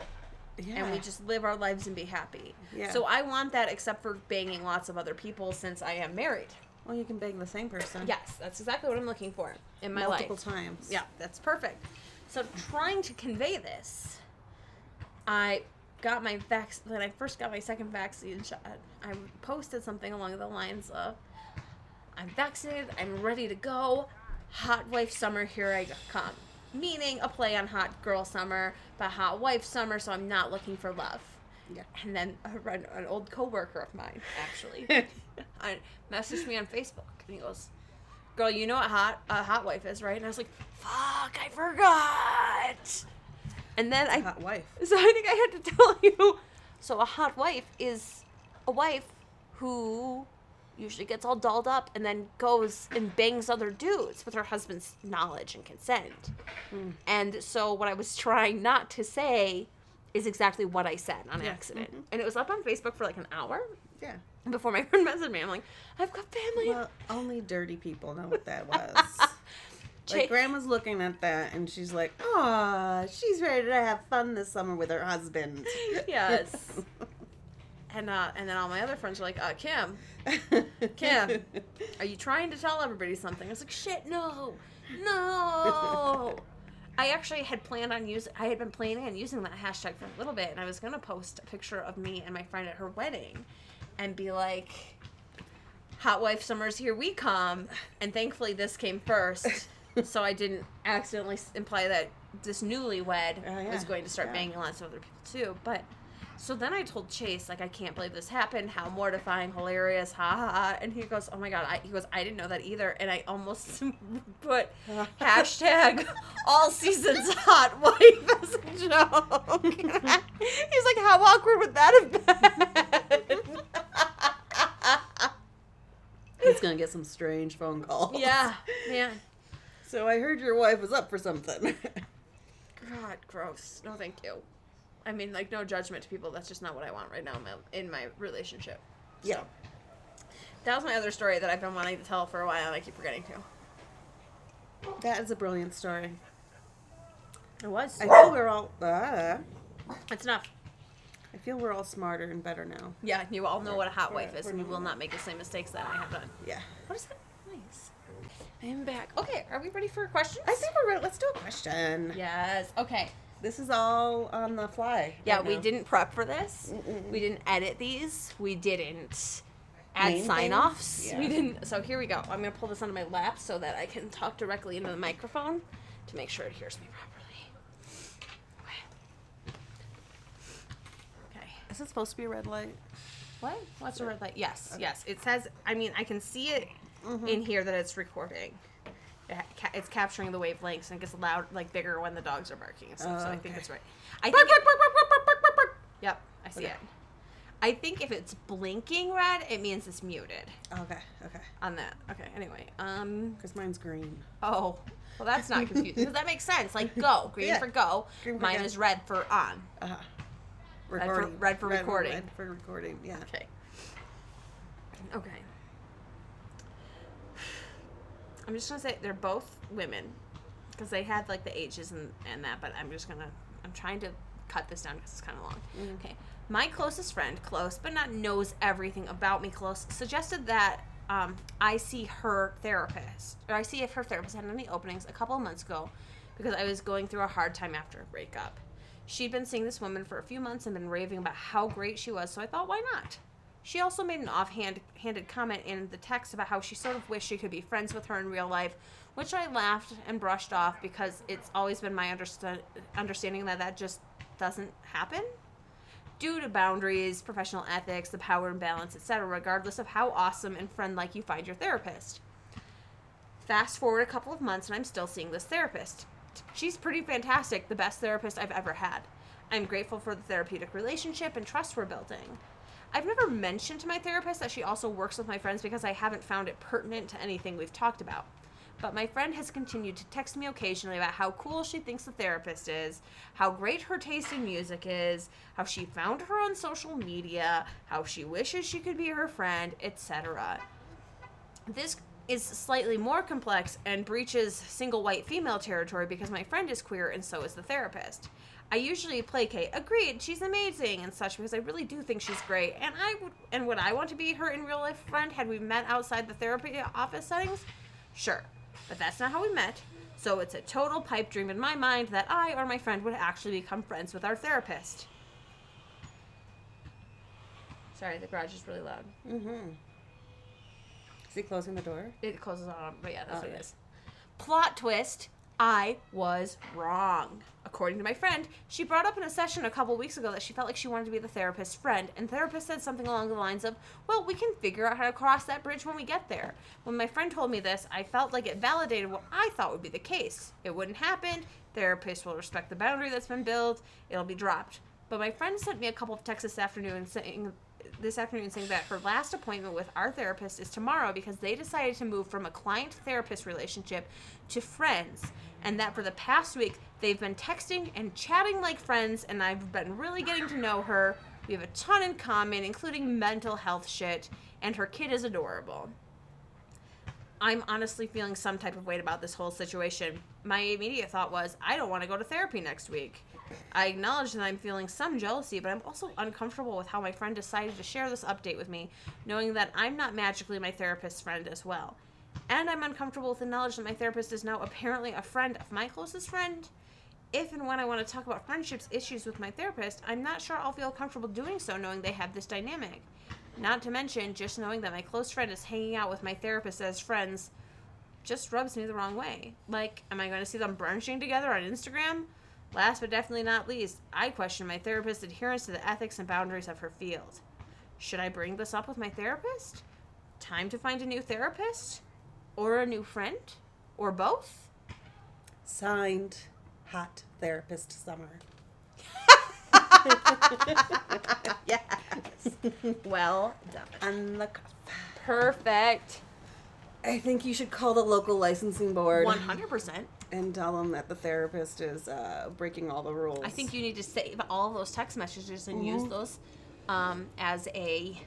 Speaker 1: Yeah.
Speaker 3: and we just live our lives and be happy.
Speaker 1: Yeah.
Speaker 3: So I want that except for banging lots of other people since I am married.
Speaker 1: well, you can bang the same person.
Speaker 3: Yes, that's exactly what I'm looking for in my
Speaker 1: multiple
Speaker 3: life.
Speaker 1: times.
Speaker 3: Yeah, that's perfect. So trying to convey this I got my vax when I first got my second vaccine shot. I posted something along the lines of, "I'm vaccinated. I'm ready to go. Hot wife summer, here I come." Meaning a play on hot girl summer, but hot wife summer. So I'm not looking for love.
Speaker 1: Yeah.
Speaker 3: And then a, an an old coworker of mine actually
Speaker 1: (laughs)
Speaker 3: (laughs) I messaged me on Facebook and he goes, "Girl, you know what hot a hot wife is, right?" And I was like, "Fuck, I forgot." And then I
Speaker 1: Hot wife.
Speaker 3: (laughs) so I think I had to tell (laughs) you. So a hot wife is a wife who usually gets all dolled up and then goes and bangs other dudes with her husband's knowledge and consent.
Speaker 1: Hmm.
Speaker 3: And so what I was trying not to say is exactly what I said on
Speaker 1: Yeah. Mm-hmm.
Speaker 3: accident. And it was up on Facebook for like an hour
Speaker 1: Yeah.
Speaker 3: before my (laughs) friend messaged me. I'm like, I've got family.
Speaker 1: Well, only dirty people know what that was.
Speaker 3: Jake-
Speaker 1: Like grandma's looking at that and she's like, "Ah, she's ready to have fun this summer with her husband."
Speaker 3: (laughs) yes.
Speaker 1: (laughs)
Speaker 3: and uh, and then all my other friends are like, uh, Kim,
Speaker 1: (laughs)
Speaker 3: Kim, are you trying to tell everybody something? I was like, shit, no,
Speaker 1: (laughs)
Speaker 3: no. I actually had planned on using. I had been planning on using that hashtag for a little bit, and I was gonna post a picture of me and my friend at her wedding, and be like, "Hot wife summers, here we come!" And thankfully, this came
Speaker 1: (laughs)
Speaker 3: first, so I didn't accidentally s- imply that this newlywed
Speaker 1: Oh, yeah.
Speaker 3: was going to start
Speaker 1: Yeah.
Speaker 3: banging lots of other people too. But so then I told Chase, like, I can't believe this happened. How mortifying, hilarious, ha ha. ha. And he goes, Oh my god. I, he goes, I didn't know that either. And I almost (laughs) put hashtag all seasons hot wife as a joke. (laughs) He's like, How awkward would that have been? (laughs)
Speaker 1: He's gonna get some strange phone calls.
Speaker 3: yeah, man.
Speaker 1: So I heard your wife was up for something. (laughs)
Speaker 3: God, gross. No, thank you. I mean, like, no judgment to people. That's just not what I want right now in my, in my relationship.
Speaker 1: yeah.
Speaker 3: That was my other story that I've been wanting to tell for a while, and I keep forgetting to.
Speaker 1: That is a brilliant story.
Speaker 3: It was.
Speaker 1: I feel we're all uh,
Speaker 3: It's enough.
Speaker 1: I feel we're all smarter and better now.
Speaker 3: Yeah, you all know what a hot
Speaker 1: We're-
Speaker 3: wife is,
Speaker 1: we're
Speaker 3: and you will
Speaker 1: moving
Speaker 3: not make the same mistakes that I have done.
Speaker 1: Yeah.
Speaker 3: What is that noise? I am back. Okay, are we ready for questions?
Speaker 1: I think we're ready. Let's do a question.
Speaker 3: Yes. Okay.
Speaker 1: This is all on the fly.
Speaker 3: Yeah,
Speaker 1: right
Speaker 3: we
Speaker 1: now.
Speaker 3: didn't prep for this.
Speaker 1: Mm-mm.
Speaker 3: We didn't edit these. We didn't add
Speaker 1: Name
Speaker 3: sign offs.
Speaker 1: things?
Speaker 3: We
Speaker 1: Yeah.
Speaker 3: didn't. So here we go. I'm gonna pull this onto my lap so that I can talk directly into the microphone to make sure it hears me properly. Okay. Okay.
Speaker 1: Is it supposed to be a red light?
Speaker 3: What? What's a red light? Yes, yes. It says. I mean, I can see it
Speaker 1: Mm-hmm.
Speaker 3: in here that it's recording. It ha- ca- It's capturing the wavelengths and it gets loud, like bigger when the dogs are barking and stuff. so
Speaker 1: Oh,
Speaker 3: I think
Speaker 1: okay.
Speaker 3: it's right. I think. it- Yep, I see
Speaker 1: Okay.
Speaker 3: it. I think if it's blinking red, it means it's muted
Speaker 1: Okay, okay.
Speaker 3: on that. Okay. Anyway. Um.
Speaker 1: Because mine's green.
Speaker 3: Oh. Well,
Speaker 1: (laughs)
Speaker 3: that's not confusing because that makes sense. Like go, green
Speaker 1: Yeah.
Speaker 3: for go.
Speaker 1: Green for
Speaker 3: Mine
Speaker 1: go.
Speaker 3: is red for on.
Speaker 1: Uh-huh.
Speaker 3: for- red for recording.
Speaker 1: Red for recording, yeah.
Speaker 3: Okay. Okay. I'm just gonna say they're both women, because they had like the ages and, and that. But I'm just gonna I'm trying to cut this down because it's kind of long. Okay. My closest friend, close but not knows everything about me, close suggested that um, I see her therapist or I see if her therapist had any openings a couple of months ago, because I was going through a hard time after a breakup. She'd been seeing this woman for a few months and been raving about how great she was, so I thought, why not? She also made an offhand handed comment in the text about how she sort of wished she could be friends with her in real life, which I laughed and brushed off because it's always been my understa- understanding that that just doesn't happen due to boundaries, professional ethics, the power imbalance, etc., regardless of how awesome and friend like you find your therapist. Fast forward a couple of months, and I'm still seeing this therapist. She's pretty fantastic, the best therapist I've ever had. I'm grateful for the therapeutic relationship and trust we're building. I've never mentioned to my therapist that she also works with my friends because I haven't found it pertinent to anything we've talked about. But my friend has continued to text me occasionally about how cool she thinks the therapist is, how great her taste in music is, how she found her on social media, how she wishes she could be her friend, etc. This is slightly more complex and breaches single white female territory because my friend is queer and so is the therapist. I usually placate, agreed, she's amazing and such because I really do think she's great and I would and would I want to be her in real life friend had we met outside the therapy office settings? Sure. But that's not how we met. So it's a total pipe dream in my mind that I or my friend would actually become friends with our therapist.
Speaker 4: Sorry, the garage is really loud.
Speaker 1: Mm-hmm. Is he closing the door?
Speaker 4: It closes on, but yeah, that's
Speaker 1: Oh,
Speaker 4: what
Speaker 1: yeah.
Speaker 4: it is. Plot twist. I was wrong. According to my friend, she brought up in a session a couple weeks ago that she felt like she wanted to be the therapist's friend, and the therapist said something along the lines of, Well, we can figure out how to cross that bridge when we get there. When my friend told me this, I felt like it validated what I thought would be the case. It wouldn't happen, therapist will respect the boundary that's been built, it'll be dropped. But my friend sent me a couple of texts this afternoon saying this afternoon saying that her last appointment with our therapist is tomorrow because they decided to move from a client therapist relationship to friends and that for the past week they've been texting and chatting like friends and I've been really getting to know her. We have a ton in common including mental health shit and her kid is adorable. I'm honestly feeling some type of weight about this whole situation. My immediate thought was, I don't want to go to therapy next week. I acknowledge that I'm feeling some jealousy, but I'm also uncomfortable with how my friend decided to share this update with me, knowing that I'm not magically my therapist's friend as well. And I'm uncomfortable with the knowledge that my therapist is now apparently a friend of my closest friend. If and when I want to talk about friendships issues with my therapist, I'm not sure I'll feel comfortable doing so knowing they have this dynamic. Not to mention, just knowing that my close friend is hanging out with my therapist as friends just rubs me the wrong way. Like, am I going to see them brunching together on Instagram? Last but definitely not least, I question my therapist's adherence to the ethics and boundaries of her field. Should I bring this up with my therapist? Time to find a new therapist? Or a new friend? Or both?
Speaker 1: Signed, hot therapist summer.
Speaker 4: yes. well done.
Speaker 1: On the cuff.
Speaker 4: Perfect.
Speaker 1: I think you should call the local licensing board
Speaker 3: 100%.
Speaker 1: and tell them that the therapist is uh, breaking all the rules.
Speaker 3: I think you need to save all those text messages and use those um, as a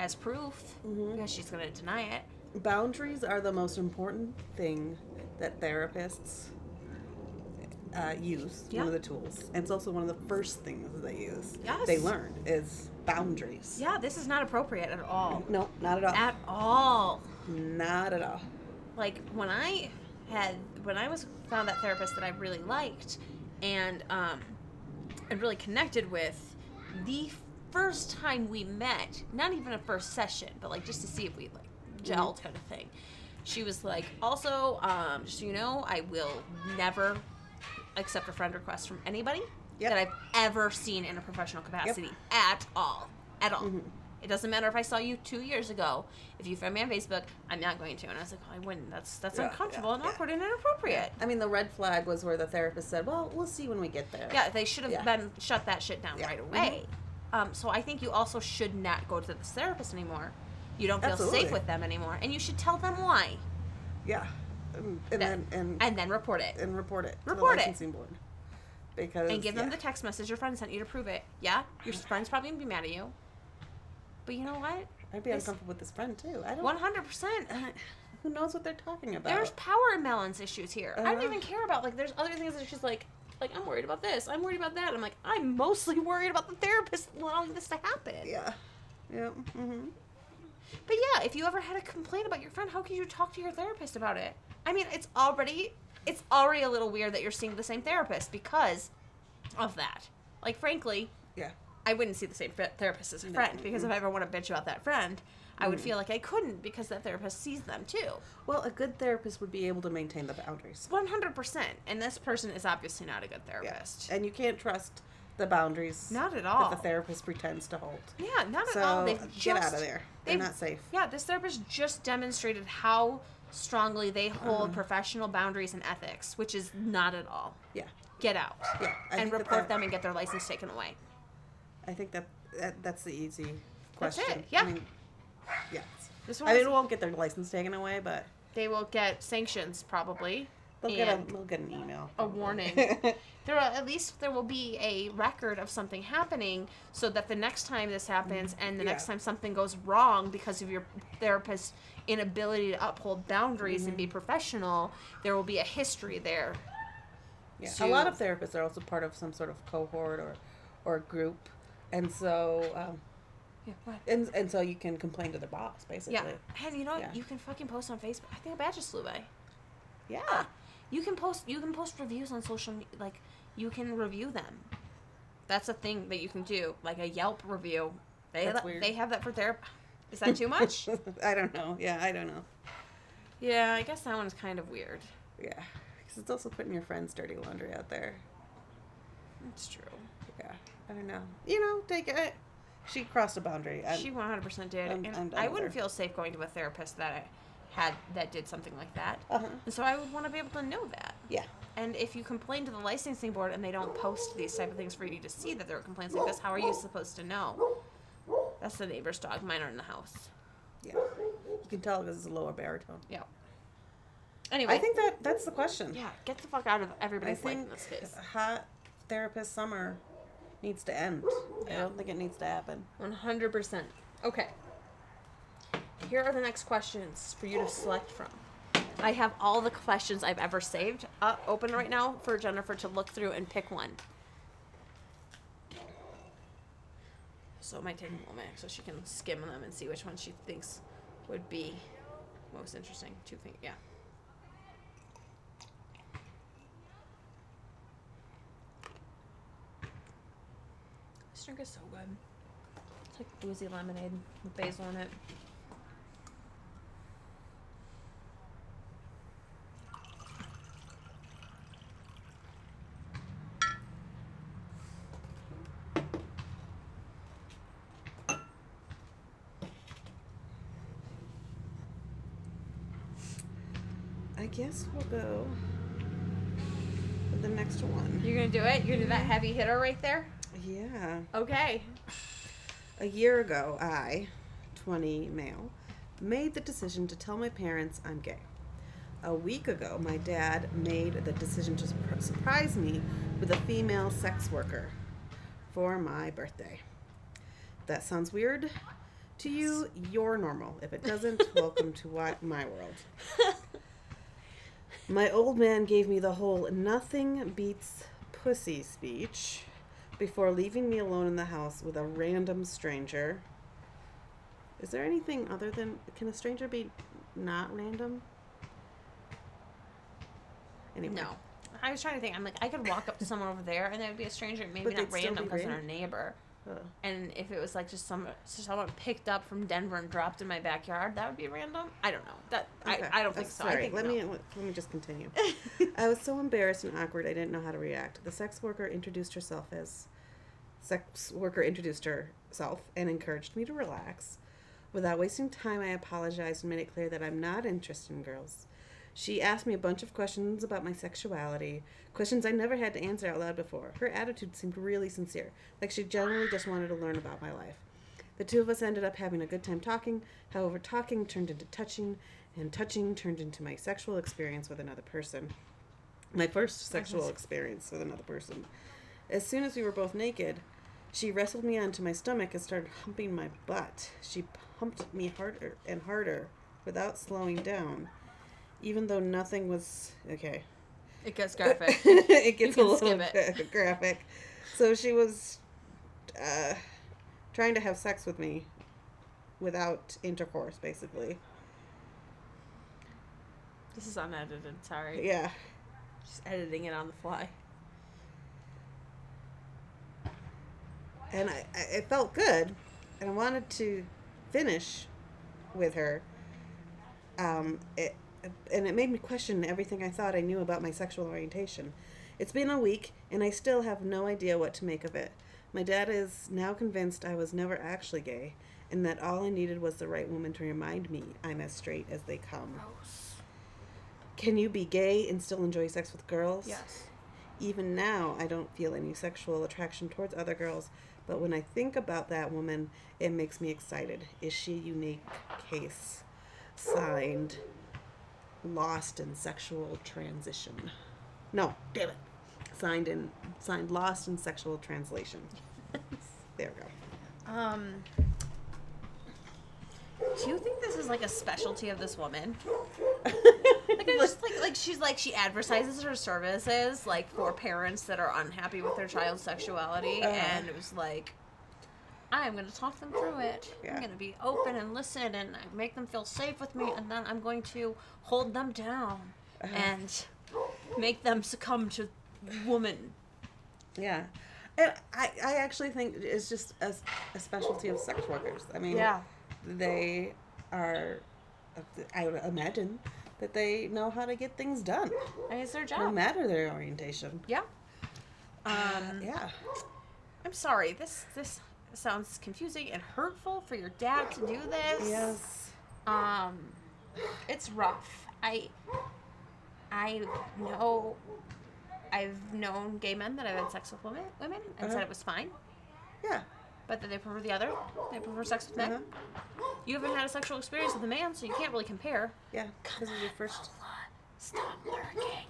Speaker 3: as proof. Yeah, she's gonna deny it.
Speaker 1: boundaries are the most important thing that therapists uh, use.
Speaker 3: Yeah.
Speaker 1: One of the tools. And it's also one of the first things that they use.
Speaker 3: Yes.
Speaker 1: They learn is boundaries.
Speaker 3: Yeah, this is not appropriate at all.
Speaker 1: No, not at all.
Speaker 3: (clears throat) At all.
Speaker 1: not at all.
Speaker 3: like when I had when I was found that therapist that I really liked and um and really connected with the first time we met, not even a first session, but like just to see if we like gelled kind of thing. She was like, also, um, just so you know, I will never accept a friend request from anybody
Speaker 1: Yep.
Speaker 3: that I've ever seen in a professional capacity at all. At all.
Speaker 1: Mm-hmm.
Speaker 3: It doesn't matter if I saw you two years ago. If you friend me on Facebook, I'm not going to. And I was like, oh, I wouldn't. That's that's
Speaker 1: Yeah,
Speaker 3: uncomfortable
Speaker 1: yeah,
Speaker 3: and
Speaker 1: yeah.
Speaker 3: awkward and inappropriate.
Speaker 1: I mean, the red flag was where the therapist said, "Well, we'll see when we get there."
Speaker 3: Yeah, they should have
Speaker 1: Yeah.
Speaker 3: been shut that shit down
Speaker 1: Yeah. Mm-hmm.
Speaker 3: right away. Um, so I think you also should not go to this therapist anymore. You don't feel
Speaker 1: Absolutely.
Speaker 3: safe with them anymore, and you should tell them why,
Speaker 1: Yeah. And, and
Speaker 3: Yeah.
Speaker 1: then and, and
Speaker 3: and then report it,
Speaker 1: report it.
Speaker 3: Report
Speaker 1: to
Speaker 3: it.
Speaker 1: the licensing board. Because
Speaker 3: and give them
Speaker 1: yeah.
Speaker 3: the text message your friend sent you to prove it. Yeah, your friend's probably gonna be mad at you, but you know what?
Speaker 1: I'd be
Speaker 3: this-
Speaker 1: uncomfortable with this friend too. I don't.
Speaker 3: One hundred percent.
Speaker 1: Who knows what they're talking about?
Speaker 3: There's power imbalance issues here. I don't
Speaker 1: Uh-huh.
Speaker 3: even care about like. There's other things that she's like, like I'm worried about this. I'm worried about that. I'm like, I'm mostly (laughs) worried about the therapist allowing this to happen.
Speaker 1: yeah. Yeah. Mm-hmm.
Speaker 3: But yeah, if you ever had a complaint about your friend, how could you talk to your therapist about it? I mean, it's already it's already a little weird that you're seeing the same therapist because of that. Like frankly,
Speaker 1: Yeah.
Speaker 3: I wouldn't see the same fe- therapist as a
Speaker 1: No. Mm-hmm. Mm.
Speaker 3: friend because if I ever want to bitch about that friend, I would feel like I couldn't because that therapist sees them too.
Speaker 1: Well, a good therapist would be able to maintain the boundaries.
Speaker 3: 100%. And this person is obviously not a good
Speaker 1: Yeah.
Speaker 3: therapist.
Speaker 1: And you can't trust the boundaries
Speaker 3: Not at all.
Speaker 1: that the therapist pretends to hold.
Speaker 3: yeah, not
Speaker 1: so
Speaker 3: at all. They've
Speaker 1: get
Speaker 3: just
Speaker 1: out of there. They're
Speaker 3: they've-
Speaker 1: not safe.
Speaker 3: Yeah, this therapist just demonstrated how strongly they hold
Speaker 1: Uh-huh.
Speaker 3: professional boundaries and ethics, which is not at all.
Speaker 1: Yeah.
Speaker 3: Get out
Speaker 1: Yeah. I think
Speaker 3: and
Speaker 1: that
Speaker 3: report
Speaker 1: that-
Speaker 3: them and get their license taken away.
Speaker 1: I think that, that that's the easy
Speaker 3: That's
Speaker 1: question.
Speaker 3: it, yeah.
Speaker 1: I mean, yeah.
Speaker 3: This
Speaker 1: I
Speaker 3: one,
Speaker 1: mean,
Speaker 3: is-
Speaker 1: it won't get their license taken away, but
Speaker 3: they will get sanctions probably.
Speaker 1: they'll get a
Speaker 3: and uh, oh,
Speaker 1: they'll get an email. (laughs)
Speaker 3: a warning. there will, at least there will be a record of something happening, so that the next time this happens and the next
Speaker 1: Yeah.
Speaker 3: time something goes wrong because of your therapist's inability to uphold boundaries and be professional, there will be a history there
Speaker 1: Yeah.
Speaker 3: to-
Speaker 1: A lot of therapists are also part of some sort of cohort or or group, and so um,
Speaker 3: Yeah, what?
Speaker 1: and and so you can complain to the boss basically.
Speaker 3: Yeah, and you know what?
Speaker 1: Yeah.
Speaker 3: you can fucking post on Facebook. I think a badger flew by.
Speaker 1: Yeah.
Speaker 3: Ah, You can post you can post reviews on social me- like you can review them. That's a thing that you can do, like a Yelp review. They
Speaker 1: That's
Speaker 3: let-
Speaker 1: weird.
Speaker 3: they have that for therapy. Is that too
Speaker 1: (laughs)
Speaker 3: much?
Speaker 1: I don't know. Yeah, I don't know.
Speaker 3: yeah, I guess that one's kind of weird.
Speaker 1: Yeah, because it's also putting your friend's dirty laundry out there.
Speaker 3: It's true.
Speaker 1: Yeah, I don't know. You know, take it. She crossed a boundary. I'm,
Speaker 3: she 100% did,
Speaker 1: I'm-
Speaker 3: and
Speaker 1: I'm done
Speaker 3: I
Speaker 1: with
Speaker 3: wouldn't
Speaker 1: her.
Speaker 3: feel safe going to a therapist that I had that did something like that.
Speaker 1: uh-huh.
Speaker 3: And so I would want to be able to know that.
Speaker 1: Yeah.
Speaker 3: And if you complain to the licensing board and they don't post these type of things for you to see that there are complaints like this, how are you supposed to know? That's the neighbor's dog. Mine are in the house.
Speaker 1: Yeah. You can tell because it's a lower baritone.
Speaker 3: Yeah. Anyway,
Speaker 1: I think that that's the question.
Speaker 5: Yeah, get the fuck out of
Speaker 1: I
Speaker 5: everybody's life in
Speaker 1: think
Speaker 5: this case.
Speaker 1: hot therapist summer needs to end. I
Speaker 3: Yeah.
Speaker 1: don't think it needs to happen.
Speaker 3: One hundred percent. Okay. Here are the next questions for you to select from. I have all the questions I've ever saved uh, open right now for Jennifer to look through and pick one. So it might take a moment so she can skim them and see which one she thinks would be most interesting to think. Yeah. This drink is so good. It's like boozy lemonade with basil in it.
Speaker 1: I guess we'll go with the next one.
Speaker 3: You're gonna do it? You're gonna do that heavy hitter right there?
Speaker 1: Yeah.
Speaker 3: Okay.
Speaker 1: A year ago, I, 20 male, made the decision to tell my parents I'm gay. A week ago, my dad made the decision to sur- surprise me with a female sex worker for my birthday. If That sounds weird to you, you're normal. If it doesn't, welcome to wi- my world. My old man gave me the whole nothing beats pussy speech before leaving me alone in the house with a random stranger. Is there anything other than can a stranger be not random? Anyway.
Speaker 3: No. I was trying to think. I'm like, I could walk up to someone over there and they would be a stranger, maybe
Speaker 1: But
Speaker 3: not
Speaker 1: they'd still
Speaker 3: random
Speaker 1: be
Speaker 3: because they're a
Speaker 1: random.
Speaker 3: neighbor.
Speaker 1: Ugh.
Speaker 3: And if it was like just some so someone picked up from Denver and dropped in my backyard, that would be random. I don't know. That
Speaker 1: Okay.
Speaker 3: I, I don't
Speaker 1: I'm
Speaker 3: think so.
Speaker 1: Sorry.
Speaker 3: I think
Speaker 1: let
Speaker 3: no.
Speaker 1: me let, let me just
Speaker 3: (laughs)
Speaker 1: continue. I was so embarrassed and awkward. I didn't know how to react. The sex worker introduced herself as sex worker introduced herself and encouraged me to relax. Without wasting time, I apologized and made it clear that I'm not interested in girls. She asked me a bunch of questions about my sexuality, questions I never had to answer out loud before. Her attitude seemed really sincere, like she genuinely just wanted to learn about my life. The two of us ended up having a good time talking. However, talking turned into touching, and touching turned into my sexual experience with another person. My first sexual experience with another person. As soon as we were both naked, she wrestled me onto my stomach and started humping my butt. She pumped me harder and harder without slowing down, even though nothing was okay.
Speaker 3: It gets (laughs) graphic.
Speaker 1: (laughs) it gets a
Speaker 3: can
Speaker 1: little
Speaker 3: skip
Speaker 1: gra- (laughs) graphic. So she was uh, trying to have sex with me without intercourse, basically.
Speaker 3: this is unedited, sorry.
Speaker 1: Yeah.
Speaker 3: Just editing it on the fly.
Speaker 1: and I, I, it felt good, and I wanted to finish with her. Um, it, and it made me question everything I thought I knew about my sexual orientation. It's been a week, and I still have no idea what to make of it. My dad is now convinced I was never actually gay, and that all I needed was the right woman to remind me I'm as straight as they come. Can you be gay and still enjoy sex with girls?
Speaker 3: Yes.
Speaker 1: Even now, I don't feel any sexual attraction towards other girls, but when I think about that woman, it makes me excited. Is she a unique case? Signed, lost in sexual transition. No, damn it. Signed in, signed, lost in sexual translation. there we go.
Speaker 3: Um Do you think this is like a specialty of this woman? Like I just like like she's like she advertises her services like for parents that are unhappy with their child's sexuality
Speaker 1: Uh-huh.
Speaker 3: and it was like I'm gonna talk them through it.
Speaker 1: Yeah.
Speaker 3: I'm gonna be open and listen and uh,
Speaker 1: Uh-huh.
Speaker 3: like,
Speaker 1: Mm.
Speaker 3: make them feel safe with me and then I'm going to hold them down and Make them succumb to woman.
Speaker 1: Yeah. And I, I actually think it's just a, a specialty of sex workers. I mean, they are, I would imagine, that they know how to get things done,
Speaker 6: And it's their
Speaker 1: no
Speaker 6: job.
Speaker 1: matter their orientation.
Speaker 6: Yeah.
Speaker 3: Um,
Speaker 1: Yeah.
Speaker 3: I'm sorry. This this sounds confusing and hurtful for your dad to do this.
Speaker 1: Yes.
Speaker 3: Um, it's rough. I I know. I've known gay men that have had sex with women, women, and said
Speaker 1: Uh-huh.
Speaker 3: it was fine,
Speaker 1: Yeah.
Speaker 3: but that they prefer the other. They prefer sex with men.
Speaker 1: Uh-huh.
Speaker 3: You haven't had a sexual experience with a man, so you can't really compare.
Speaker 1: Yeah. This is your first.
Speaker 3: Stop lurking.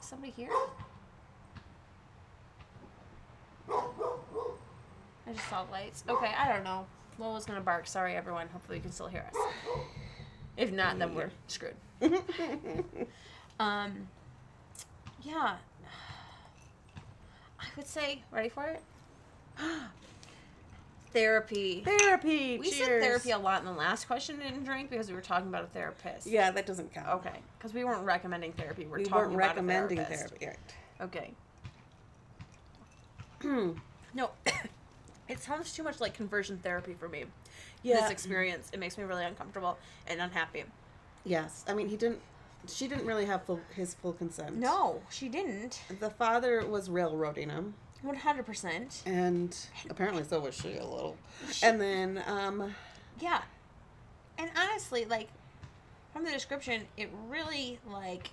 Speaker 3: Somebody here? I just saw lights. Okay, I don't know. Lola's gonna bark. Sorry, everyone. Hopefully, you can still hear us. If not, then we're screwed.
Speaker 1: (laughs)
Speaker 3: Um, yeah. I would say, ready for it? therapy.
Speaker 1: therapy.
Speaker 3: We said
Speaker 1: cheers.
Speaker 3: therapy a lot in the last question didn't drink because we were talking about a therapist.
Speaker 1: Yeah, that doesn't count.
Speaker 3: Okay, because we weren't recommending therapy. We're
Speaker 1: we
Speaker 3: talking
Speaker 1: weren't
Speaker 3: about
Speaker 1: recommending
Speaker 3: a therapist.
Speaker 1: therapy. Right.
Speaker 3: Okay. (clears throat) No, (coughs) it sounds too much like conversion therapy for me. This
Speaker 1: yeah.
Speaker 3: experience it makes me really uncomfortable and unhappy.
Speaker 1: yes. I mean, he didn't. She didn't really have full, his full consent.
Speaker 3: No, she didn't.
Speaker 1: The father was railroading him,
Speaker 3: One hundred percent.
Speaker 1: and apparently so was she a little. And then, um,
Speaker 3: Yeah. And honestly, like from the description, it really like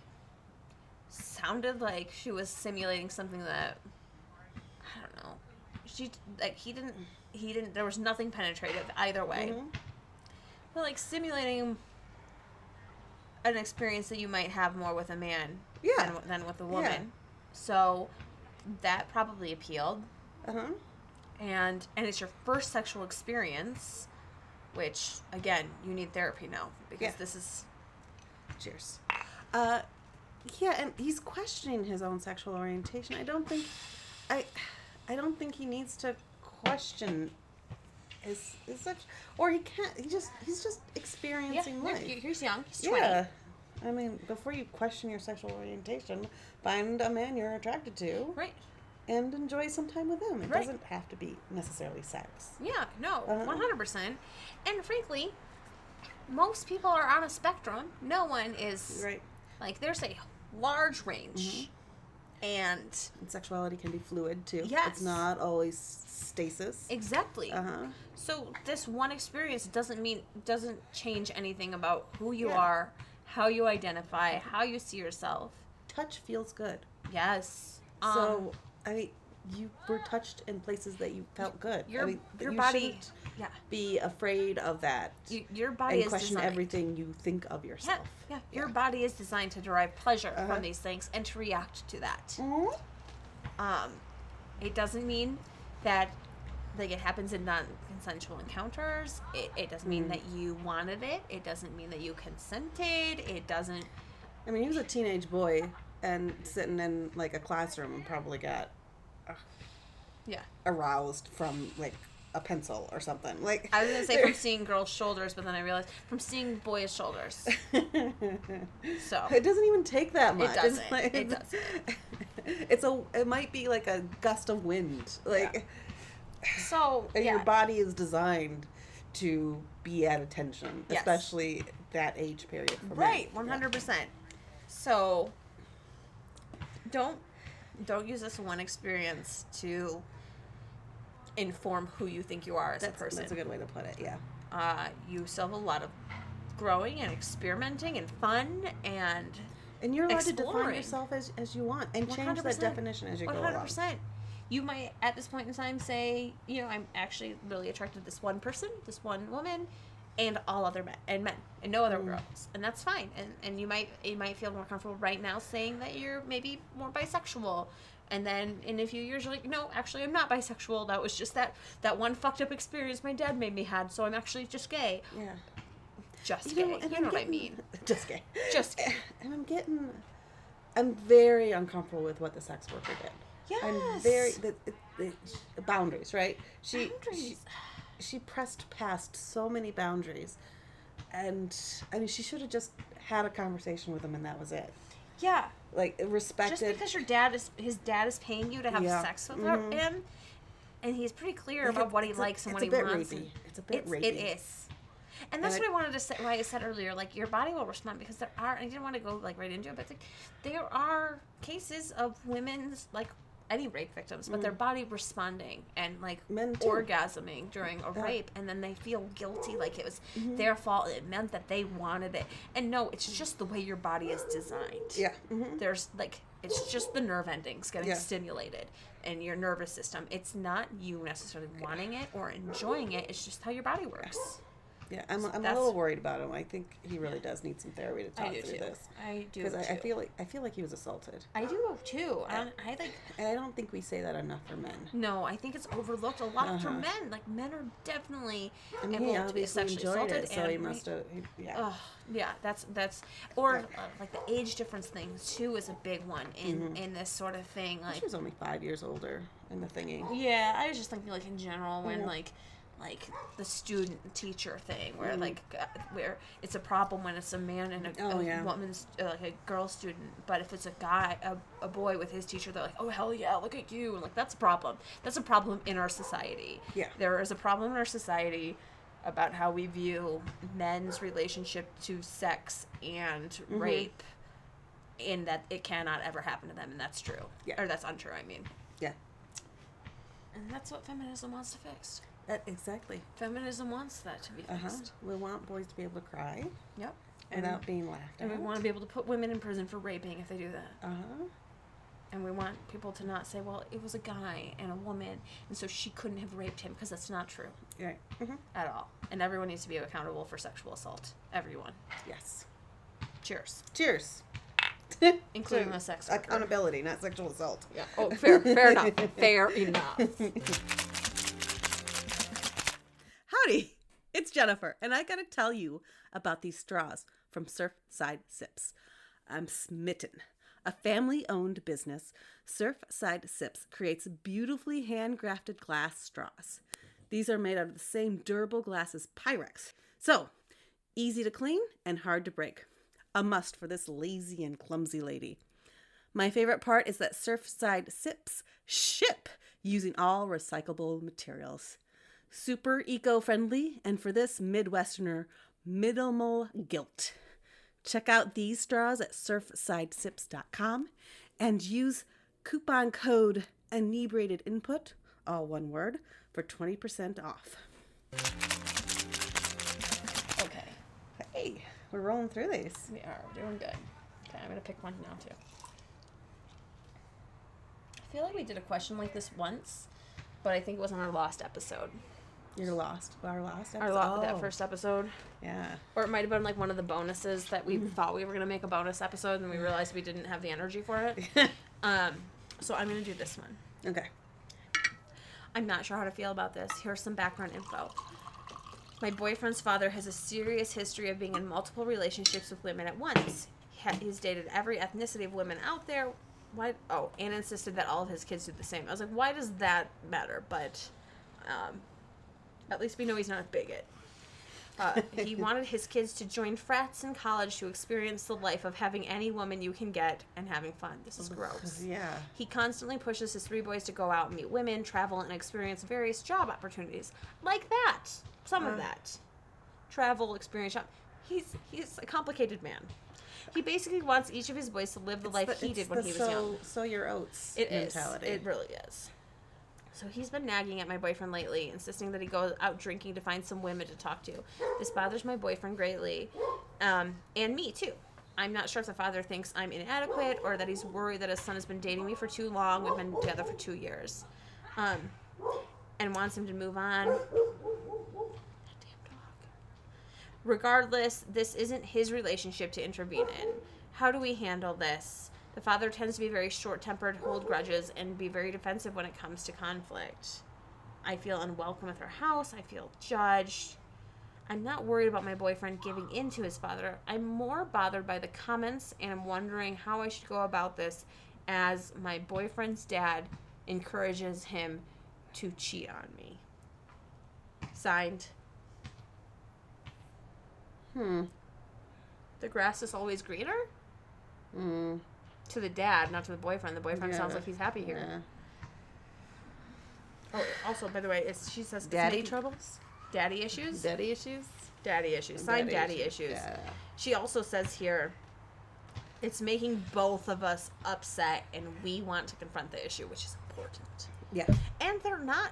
Speaker 3: sounded like she was simulating something that I don't know. She like he didn't he didn't there was nothing penetrative either way.
Speaker 1: mhm.
Speaker 3: But like simulating an experience that you might have more with a man
Speaker 1: Yeah.
Speaker 3: than, than with a woman. So that probably appealed
Speaker 1: uh-huh.
Speaker 3: and and it's your first sexual experience which again you need therapy now because
Speaker 1: Yeah.
Speaker 3: this is
Speaker 1: Cheers. Uh, yeah, and he's questioning his own sexual orientation. I don't think, I, I don't think he needs to question. His, his such, or he can't. He just he's just experiencing
Speaker 3: you're-
Speaker 1: life.
Speaker 3: you're- he's young he's 20
Speaker 1: Yeah. I mean, before you question your sexual orientation, find a man you're attracted to
Speaker 3: right
Speaker 1: and enjoy some time with him. It
Speaker 3: Right.
Speaker 1: doesn't have to be necessarily sex.
Speaker 3: yeah no
Speaker 1: Uh-huh.
Speaker 3: 100% and frankly most people are on a spectrum no one is
Speaker 1: Right.
Speaker 3: like there's a large range
Speaker 1: Mm-hmm.
Speaker 3: and
Speaker 1: And sexuality can be fluid too.
Speaker 3: Yes.
Speaker 1: It's not always stasis.
Speaker 3: exactly
Speaker 1: Uh huh.
Speaker 3: so this one experience doesn't mean doesn't change anything about who you
Speaker 1: Yeah.
Speaker 3: are how you identify how you see yourself
Speaker 1: Touch feels good.
Speaker 3: yes Um,
Speaker 1: so, I mean, you were touched in places that you felt good.
Speaker 3: your
Speaker 1: I mean,
Speaker 3: your
Speaker 1: you
Speaker 3: body
Speaker 1: shouldn't
Speaker 3: yeah
Speaker 1: be afraid of that
Speaker 3: you, your body
Speaker 1: and
Speaker 3: is
Speaker 1: question
Speaker 3: designed,
Speaker 1: everything you think of
Speaker 3: yeah,
Speaker 1: yourself.
Speaker 3: yeah, your body is designed to derive pleasure
Speaker 1: Uh-huh.
Speaker 3: from these things and to react to that
Speaker 1: Mhm.
Speaker 3: um it doesn't mean that like it happens in non-consensual encounters it, it doesn't
Speaker 1: Mm.
Speaker 3: mean that you wanted it it doesn't mean that you consented it doesn't
Speaker 1: I mean, he was a teenage boy and sitting in like a classroom and probably got
Speaker 3: yeah
Speaker 1: aroused from like a pencil or something. Like
Speaker 3: i was gonna say from seeing girls shoulders but then i realized from seeing boys
Speaker 1: (laughs)
Speaker 3: shoulders so
Speaker 1: it doesn't even take that much. (laughs) It's
Speaker 3: doesn't.
Speaker 1: like-
Speaker 3: It doesn't.
Speaker 1: It's a. It might be like a gust of wind. Like
Speaker 3: so
Speaker 1: and
Speaker 3: yeah
Speaker 1: your body is designed to be at attention,
Speaker 3: Yes.
Speaker 1: especially that age period. For men.
Speaker 3: Right, one hundred percent. So don't don't use this one experience to inform who you think you are as
Speaker 1: That's,
Speaker 3: a person.
Speaker 1: that's a good way to put it. Yeah.
Speaker 3: uh, you still have a lot of growing and experimenting and fun and
Speaker 1: And you're allowed to define
Speaker 3: Exploring.
Speaker 1: yourself as, as you want and change that
Speaker 3: 100%.
Speaker 1: definition as you
Speaker 3: one
Speaker 1: go
Speaker 3: hundred
Speaker 1: along.
Speaker 3: percent. You might at this point in time say, you know, I'm actually really attracted to this one person, this one woman, and all other men and men and no
Speaker 1: Mm.
Speaker 3: other girls. And that's fine. And and you might you might feel more comfortable right now saying that you're maybe more bisexual. And then in a few years you're like, no, actually I'm not bisexual. That was just that that one fucked up experience my dad made me had, so I'm actually just gay.
Speaker 1: Yeah.
Speaker 3: Just
Speaker 1: You
Speaker 3: gay.
Speaker 1: know, and
Speaker 3: you
Speaker 1: I'm
Speaker 3: know what I
Speaker 1: getting-
Speaker 3: mean.
Speaker 1: (laughs) Just gay.
Speaker 3: Just gay.
Speaker 1: And I'm getting, I'm very uncomfortable with what the sex worker did. I'm very
Speaker 3: Yes.
Speaker 1: the, the, the boundaries, right? She, she
Speaker 3: Boundaries.
Speaker 1: she pressed past so many boundaries, and I mean, she should have just had a conversation with him, and that was it.
Speaker 3: Yeah.
Speaker 1: like respected.
Speaker 3: Just because your dad is his dad is paying you to have
Speaker 1: Yeah.
Speaker 3: sex with
Speaker 1: Mhm.
Speaker 3: him, and he's pretty clear
Speaker 1: Like,
Speaker 3: about what he
Speaker 1: it's a-
Speaker 3: likes and
Speaker 1: it's
Speaker 3: what
Speaker 1: a
Speaker 3: he
Speaker 1: bit
Speaker 3: wants.
Speaker 1: rapey.
Speaker 3: and-
Speaker 1: It's a bit
Speaker 3: it's-
Speaker 1: rapey.
Speaker 3: It is. And that's
Speaker 1: And
Speaker 3: what I wanted to say. Why I said earlier, like your body will respond because there are. I didn't want to go like right into it, but like, there are cases of women's like any rape victims, but their body responding and like
Speaker 1: Mm. Men too.
Speaker 3: orgasming during a
Speaker 1: Yeah. Mm-hmm.
Speaker 3: rape, and then they feel guilty, like it was their fault. It meant that they wanted it, and no, it's just the way your body is designed
Speaker 1: Yeah. mhm.
Speaker 3: there's like it's just the nerve endings getting
Speaker 1: Yeah.
Speaker 3: stimulated and your nervous system it's not you necessarily wanting it or enjoying it it's just how your body works
Speaker 1: Yeah. I'm, I'm a
Speaker 3: That's-
Speaker 1: little worried about him. I think he really does need some therapy to talk through this.
Speaker 3: i do
Speaker 1: Because I, I feel like I feel like he was assaulted,
Speaker 3: i do too i, I like
Speaker 1: and I don't think we say that enough for men.
Speaker 3: no i think it's overlooked a lot for
Speaker 1: Uh-huh.
Speaker 3: men like men are definitely
Speaker 1: I mean,
Speaker 3: able
Speaker 1: he
Speaker 3: to be
Speaker 1: obviously
Speaker 3: sexually
Speaker 1: enjoyed
Speaker 3: assaulted
Speaker 1: it, so he
Speaker 3: and
Speaker 1: must have. he- Yeah.
Speaker 3: Ugh, yeah, that's that's or uh, like the age difference thing too is a big one in
Speaker 1: Mm-hmm.
Speaker 3: in this sort of thing. Like
Speaker 1: she was only five years older in the thingy.
Speaker 3: Yeah, I was just thinking like in general when
Speaker 1: Yeah.
Speaker 3: like like the student teacher thing where like uh, where it's a problem when it's a man and a,
Speaker 1: Mm-hmm. Oh,
Speaker 3: a
Speaker 1: yeah.
Speaker 3: woman's uh, like a girl student but if it's a guy a, a boy with his teacher they're like oh hell yeah look at you and like that's a problem that's a problem in our society
Speaker 1: Yeah.
Speaker 3: there is a problem in our society about how we view men's relationship to sex and
Speaker 1: Mm-hmm.
Speaker 3: rape and that it cannot ever happen to them and that's true
Speaker 1: Yeah.
Speaker 3: or that's untrue i mean
Speaker 1: Yeah.
Speaker 3: and that's what feminism wants to fix.
Speaker 1: That, exactly.
Speaker 3: Feminism wants that to be
Speaker 1: Uh huh.
Speaker 3: fixed.
Speaker 1: We want boys to be able to cry
Speaker 3: Yep.
Speaker 1: without being laughed at.
Speaker 3: And we want to be able to put women in prison for raping if they do that.
Speaker 1: Uh huh.
Speaker 3: And we want people to not say, well, it was a guy and a woman, and so she couldn't have raped him, because that's not true
Speaker 1: Right. hmm
Speaker 3: at all. And everyone needs to be accountable for sexual assault. Everyone.
Speaker 1: Yes.
Speaker 3: Cheers.
Speaker 1: Cheers.
Speaker 3: Including
Speaker 1: To
Speaker 3: the sex worker.
Speaker 1: accountability, not sexual assault. Yeah.
Speaker 7: Oh, fair, fair enough. Fair enough.
Speaker 1: Howdy, (laughs) it's Jennifer, and I gotta tell you about these straws from Surfside Sips. I'm smitten. A family owned business, Surfside Sips creates beautifully handcrafted glass straws. These are made out of the same durable glass as Pyrex, so easy to clean and hard to break. A must for this lazy and clumsy lady. My favorite part is that Surfside Sips ship using all recyclable materials super eco friendly, and for this Midwesterner, minimal guilt. Check out these straws at surfsidesips.com and use coupon code inebriated input, all one word, for 20% off.
Speaker 3: Okay.
Speaker 1: Hey, we're rolling through these.
Speaker 3: We are. We're doing good. Okay, I'm going to pick one now, too. I feel like we did a question like this once, but I think it was on our last episode.
Speaker 1: You're lost. Our lost
Speaker 7: Our
Speaker 1: episode.
Speaker 7: lot
Speaker 1: Oh,
Speaker 7: that first episode.
Speaker 1: Yeah.
Speaker 7: Or it might have been like one of the bonuses that we thought we were gonna make a bonus episode and we realized we didn't have the energy for it. Um,
Speaker 3: so I'm gonna do this one.
Speaker 1: okay.
Speaker 3: I'm not sure how to feel about this. Here's some background info. My boyfriend's father has a serious history of being in multiple relationships with women at once. He ha- He's dated every ethnicity of women out there. Why? Oh, and insisted that all of his kids do the same. I was like, why does that matter? But um, at least we know he's not a bigot. Uh, he wanted his kids to join frats in college to experience the life of having any woman you can get and having fun. This is gross.
Speaker 1: Yeah.
Speaker 3: He constantly pushes his three boys to go out, meet women, travel, and experience various job opportunities. Like that. Some
Speaker 1: Uh.
Speaker 3: of that. Travel, experience, job. He's, he's a complicated man. He basically wants each of his boys to live the life
Speaker 1: It's the-
Speaker 3: he
Speaker 1: it's
Speaker 3: did when
Speaker 1: the
Speaker 3: he was
Speaker 1: sow,
Speaker 3: young.
Speaker 1: Sow your oats
Speaker 3: It is.
Speaker 1: mentality.
Speaker 3: It really is. So he's been nagging at my boyfriend lately, insisting that he go out drinking to find some women to talk to. This bothers my boyfriend greatly, um, and me too. I'm not sure if the father thinks I'm inadequate or that he's worried that his son has been dating me for too long. We've been together for two years, um, and wants him to move on. That damn dog. Regardless, this isn't his relationship to intervene in. How do we handle this? The father tends to be very short tempered, hold grudges, and be very defensive when it comes to conflict. I feel unwelcome at their house. I feel judged. I'm not worried about my boyfriend giving in to his father. I'm more bothered by the comments, and I'm wondering how I should go about this as my boyfriend's dad encourages him to cheat on me. Signed,
Speaker 1: Hmm.
Speaker 3: The grass is always greener?
Speaker 1: Mm.
Speaker 8: to the dad, not to the boyfriend. The boyfriend
Speaker 1: Yeah.
Speaker 8: sounds like he's happy here.
Speaker 1: Yeah.
Speaker 3: Oh, also, by the way, it's, she says it's
Speaker 1: Daddy
Speaker 3: making-
Speaker 1: troubles?
Speaker 3: daddy issues,
Speaker 1: Daddy issues?
Speaker 3: daddy issues, sign daddy, issues.
Speaker 1: Yeah.
Speaker 3: She also says here, it's making both of us upset, and we want to confront the issue, which is important.
Speaker 1: Yeah.
Speaker 3: And they're not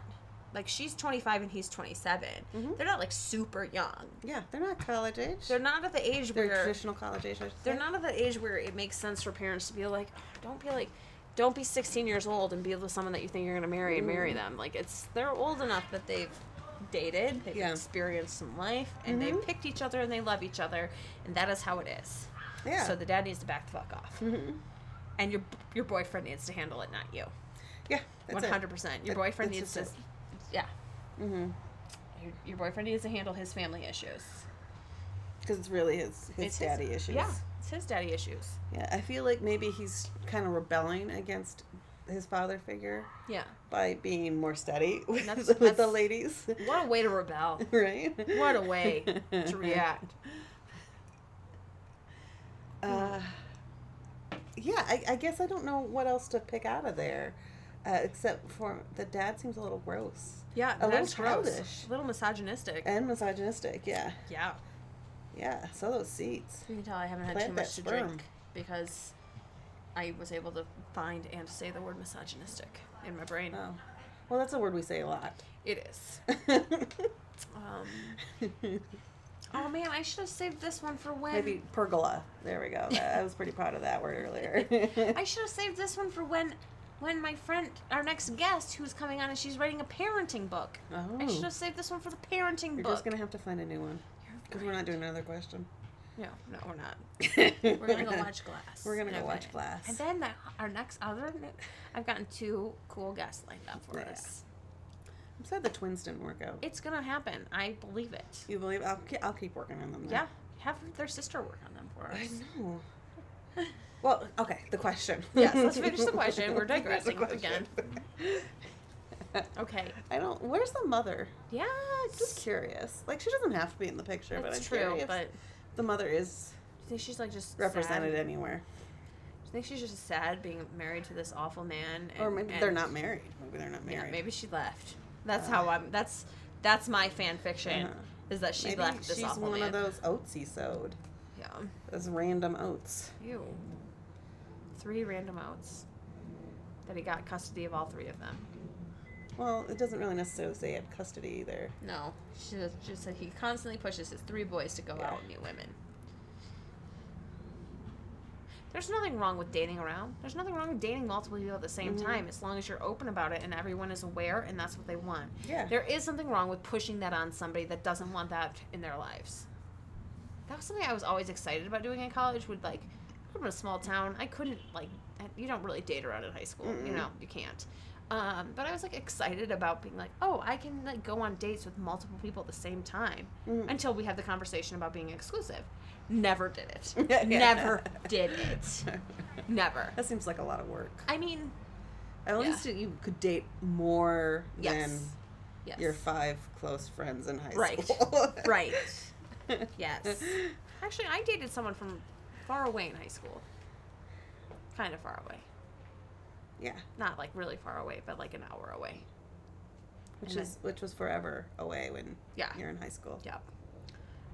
Speaker 3: like she's 25 and he's 27.
Speaker 1: Mhm.
Speaker 3: They're not like super young.
Speaker 1: Yeah, They're not college age.
Speaker 3: They're not at the age
Speaker 1: They're
Speaker 3: where
Speaker 1: traditional college age. I should
Speaker 3: they're
Speaker 1: say.
Speaker 3: not at the age where it makes sense for parents to be like, "Oh, don't be like, don't be 16 years old and be with someone that you think you're gonna marry and
Speaker 1: Mm.
Speaker 3: marry them. Like it's they're old enough that they've dated, they've
Speaker 1: Yeah.
Speaker 3: experienced some life, and they
Speaker 1: Mhm.
Speaker 3: picked each other and they love each other, and that is how it is.
Speaker 1: Yeah.
Speaker 3: So the dad needs to back the fuck off,
Speaker 1: Mhm.
Speaker 3: and your your boyfriend needs to handle it, not you.
Speaker 1: Yeah.
Speaker 3: One
Speaker 1: That's
Speaker 3: hundred percent. Your
Speaker 1: That-
Speaker 3: boyfriend needs
Speaker 1: that's
Speaker 3: to,
Speaker 1: just
Speaker 3: yeah.
Speaker 1: it. Mm-hmm.
Speaker 3: Your, your boyfriend needs to handle his family issues.
Speaker 1: Because it's really his, his
Speaker 3: It's his-
Speaker 1: daddy issues.
Speaker 3: Yeah, it's his daddy issues.
Speaker 1: Yeah, I feel like maybe he's kind of rebelling against his father figure
Speaker 3: Yeah.
Speaker 1: by being more steady (laughs) with,
Speaker 3: That's-
Speaker 1: with the
Speaker 3: that's-
Speaker 1: ladies, (laughs)
Speaker 3: What a way to rebel.
Speaker 1: right?
Speaker 3: What
Speaker 1: (laughs)
Speaker 3: a way to react.
Speaker 1: Uh, yeah, I, I guess I don't know what else to pick out of there, uh, except for the dad seems a little gross
Speaker 3: Yeah,
Speaker 1: A little
Speaker 3: that's gross.
Speaker 1: childish.
Speaker 3: A little misogynistic.
Speaker 1: and misogynistic. Yeah,
Speaker 3: yeah.
Speaker 1: yeah. So those seats.
Speaker 3: You can tell I haven't had
Speaker 1: Plant
Speaker 3: too
Speaker 1: that
Speaker 3: much to
Speaker 1: sperm.
Speaker 3: drink because I was able to find and say the word misogynistic in my brain.
Speaker 1: Oh, well, that's a word we say a lot. (laughs)
Speaker 3: It is. Um, oh man, I should have saved this one (laughs) for when.
Speaker 1: Maybe pergola. There we
Speaker 3: (laughs)
Speaker 1: go. That- I was pretty proud of that word (laughs) earlier.
Speaker 3: Um, I should have saved this one for when, when my friend, our next guest, who's coming on, and she's writing a parenting book.
Speaker 1: Oh.
Speaker 3: I should have saved this one for the parenting
Speaker 1: You're
Speaker 3: book.
Speaker 1: just gonna have to find a new one because we're not doing another question.
Speaker 3: No, no, we're not.
Speaker 1: we're
Speaker 3: We're
Speaker 1: (laughs)
Speaker 3: gonna go watch Glass.
Speaker 1: We're gonna go
Speaker 3: And
Speaker 1: watch
Speaker 3: then-
Speaker 1: Glass.
Speaker 3: And then the, our next other, I've gotten two cool guests lined up for
Speaker 1: Yeah.
Speaker 3: us.
Speaker 1: I'm sad the twins didn't work out.
Speaker 3: It's gonna happen. I believe it.
Speaker 1: You believe? I'll ke- I'll keep working on them. then.
Speaker 3: Yeah, have their sister work on them for
Speaker 1: I
Speaker 3: us.
Speaker 1: know. Well, okay. The question.
Speaker 3: (laughs) Yes, let's finish
Speaker 1: (laughs)
Speaker 3: the question. We're
Speaker 1: Finish the
Speaker 3: digressing again.
Speaker 1: question. (laughs)
Speaker 3: Okay.
Speaker 1: I don't. Where's the mother?
Speaker 3: Yeah,
Speaker 1: Just
Speaker 3: it's
Speaker 1: curious. Like she doesn't have to be in the picture, but
Speaker 3: that's
Speaker 1: I'm
Speaker 3: true.
Speaker 1: curious.
Speaker 3: But
Speaker 1: if the mother is
Speaker 3: I think she's like just
Speaker 1: represented
Speaker 3: Sad.
Speaker 1: anywhere,
Speaker 3: I think she's just sad being married to this awful man. And,
Speaker 1: or maybe
Speaker 3: and-
Speaker 1: they're not married. Maybe they're not
Speaker 3: Yeah,
Speaker 1: married.
Speaker 3: maybe she left. That's
Speaker 1: Uh.
Speaker 3: how I'm. That's that's my fan fiction.
Speaker 1: Uh-huh.
Speaker 3: Is that she
Speaker 1: Maybe
Speaker 3: left this
Speaker 1: she's
Speaker 3: awful
Speaker 1: one
Speaker 3: man?
Speaker 1: of those oats he sowed.
Speaker 3: Yeah.
Speaker 1: Those random oats.
Speaker 3: Ew. Three random outs. That he got custody of all three of them.
Speaker 1: Well, it doesn't really necessarily say he had custody either.
Speaker 3: No, she just- just said he constantly pushes his three boys to go
Speaker 1: Yeah.
Speaker 3: out and meet women. There's nothing wrong with dating around. There's nothing wrong with dating multiple people at the same
Speaker 1: Mhm.
Speaker 3: time, as long as you're open about it and everyone is aware and that's what they want.
Speaker 1: Yeah.
Speaker 3: (laughs) There is something wrong with pushing that on somebody that doesn't want that in their lives. That was something I was always excited about doing in college. Would like, I grew up in a small town. I couldn't like, you don't really date around in high school. You
Speaker 1: Mm-mm.
Speaker 3: know, you can't. Um, but I was like excited about being like, oh, I can like go on dates with multiple people at the same time
Speaker 1: Mhm.
Speaker 3: until we have the conversation about being exclusive. Never did it.
Speaker 1: (laughs) Yeah.
Speaker 3: (laughs) Never did it. Never.
Speaker 1: That seems like a lot of work.
Speaker 3: I mean,
Speaker 1: At
Speaker 3: Yeah.
Speaker 1: least you could date more
Speaker 3: yes. Yes.
Speaker 1: than your five close friends in high
Speaker 3: Right.
Speaker 1: school.
Speaker 3: (laughs) Right.
Speaker 1: (laughs)
Speaker 3: Yes. Actually, I dated someone from far away in high school. Kind of far away.
Speaker 1: Yeah,
Speaker 3: Not like really far away, but like an hour away.
Speaker 1: which
Speaker 3: And
Speaker 1: is which was forever away when
Speaker 3: Yeah.
Speaker 1: you're in high school.
Speaker 3: Yep.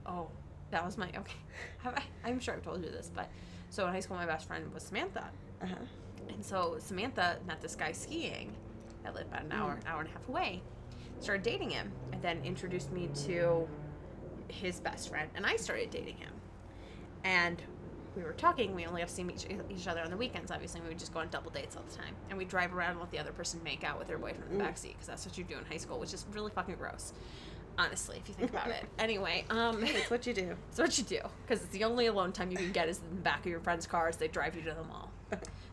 Speaker 3: Oh, that was my okay. (laughs) Have I, I'm sure I've told you this, but so in high school, my best friend was Samantha,
Speaker 1: Uh-huh.
Speaker 3: and so Samantha met this guy skiing that lived about an hour, an hour and a half away. Started dating him, and then introduced me to his best friend, and I started dating him. And we were talking. We only have seen each, each other on the weekends. Obviously, we would just go on double dates all the time, and we would drive around and let the other person make out with their boyfriend in the
Speaker 1: Mm.
Speaker 3: backseat because that's what you do in high school, which is really fucking gross, honestly, if you think about it. Anyway, um,
Speaker 1: It's what you do. (laughs)
Speaker 3: it's what you do because it's the only alone time you can get is in the back of your friend's car as they drive you to the mall.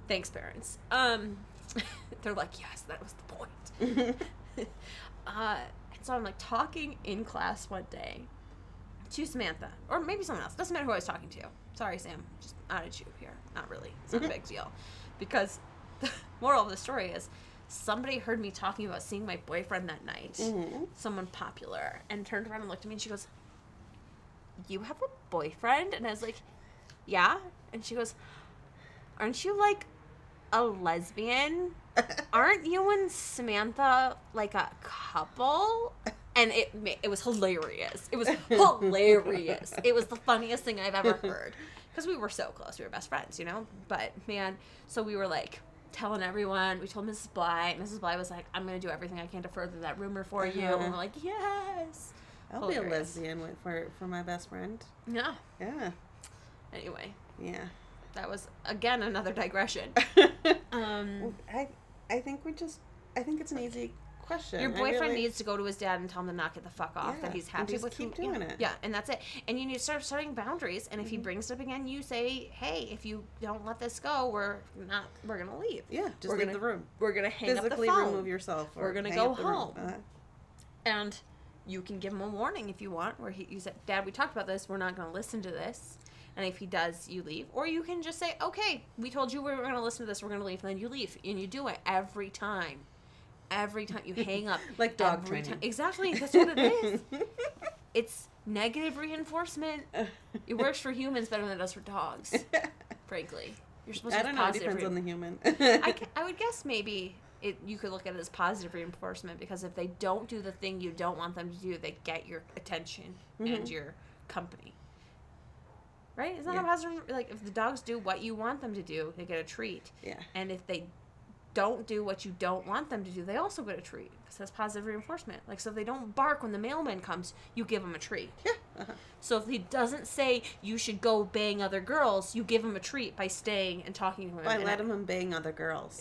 Speaker 3: Thanks, parents. Um, (laughs) they're like, yes, that was the point
Speaker 1: (laughs)
Speaker 3: uh, and so I'm like talking in class one day to Samantha, or maybe someone else. Doesn't matter who I was talking to. Sorry, Sam. Just outed you here. Not really. It's not a big deal. Because the (laughs) moral of the story is somebody heard me talking about seeing my boyfriend that night,
Speaker 1: Mhm.
Speaker 3: someone popular, and turned around and looked at me and she goes, You have a boyfriend? And I was like, Yeah. And she goes, aren't you like a lesbian? Aren't you and Samantha like a couple? And it ma- it was hilarious. It was hilarious. It was the funniest thing I've ever heard because we were so close. We were best friends, you know. But man, so we were like telling everyone. We told Mrs. Bly. Mrs. Bly was like, "I'm gonna do everything I can to further that rumor for you." And we're like, "Yes."
Speaker 1: I'll be a
Speaker 3: Hilarious.
Speaker 1: lesbian with- for for my best friend.
Speaker 3: Yeah.
Speaker 1: Yeah,
Speaker 3: Anyway,
Speaker 1: yeah.
Speaker 3: that was again another digression.
Speaker 1: (laughs)
Speaker 3: Um,
Speaker 1: I I think we just I think it's an easy question.
Speaker 3: Your
Speaker 1: I
Speaker 3: boyfriend
Speaker 1: really-
Speaker 3: needs to go to his dad and tell him to knock it the fuck off
Speaker 1: Yeah,
Speaker 3: that he's
Speaker 1: and
Speaker 3: happy
Speaker 1: just
Speaker 3: with
Speaker 1: keep
Speaker 3: who- yeah,
Speaker 1: doing it. Mm-hmm.
Speaker 3: Yeah, and that's it. And you need to start setting boundaries. And if he brings it up again, you say, "Hey, if you don't let this go, we're not. We're gonna leave.
Speaker 1: Yeah, just
Speaker 3: We're
Speaker 1: leave
Speaker 3: gonna
Speaker 1: the room.
Speaker 3: We're gonna hang
Speaker 1: Physically
Speaker 3: up the phone.
Speaker 1: remove yourself. or
Speaker 3: We're gonna
Speaker 1: hang
Speaker 3: go
Speaker 1: up the room.
Speaker 3: home.
Speaker 1: Uh,
Speaker 3: and you can give him a warning if you want, where he you said, "Dad, we talked about this. We're not gonna listen to this." And if he does, you leave. Or you can just say, "Okay, we told you we were gonna listen to this. We're gonna leave." And then you leave, and you do it every time. Every time you hang up,
Speaker 1: (laughs) Like dog
Speaker 3: every
Speaker 1: training.
Speaker 3: time- Exactly, that's what
Speaker 1: (laughs)
Speaker 3: it is. it's negative reinforcement.
Speaker 1: (laughs)
Speaker 3: It (laughs) works for humans better than it does for dogs, frankly. You're supposed
Speaker 1: I
Speaker 3: to use
Speaker 1: don't know. It
Speaker 3: positive
Speaker 1: depends on
Speaker 3: rein-
Speaker 1: the human. (laughs)
Speaker 3: I, ca- I would guess maybe it, you could look at it as positive reinforcement because if they don't do the thing you don't want them to do, they get your attention
Speaker 1: Mm-hmm.
Speaker 3: and your company. Right? Isn't that
Speaker 1: Yeah.
Speaker 3: how positive? Like, if the dogs do what you want them to do, they get a treat.
Speaker 1: yeah.
Speaker 3: And if they don't do what you don't want them to do, they also get a treat because that's positive reinforcement. Like, so if they don't bark when the mailman comes, you give them a treat.
Speaker 1: Yeah. Uh-huh.
Speaker 3: So if he doesn't say you should go bang other girls, you give him a treat by staying and talking to him.
Speaker 1: I
Speaker 3: and
Speaker 1: let him bang other
Speaker 3: (laughs)
Speaker 1: girls.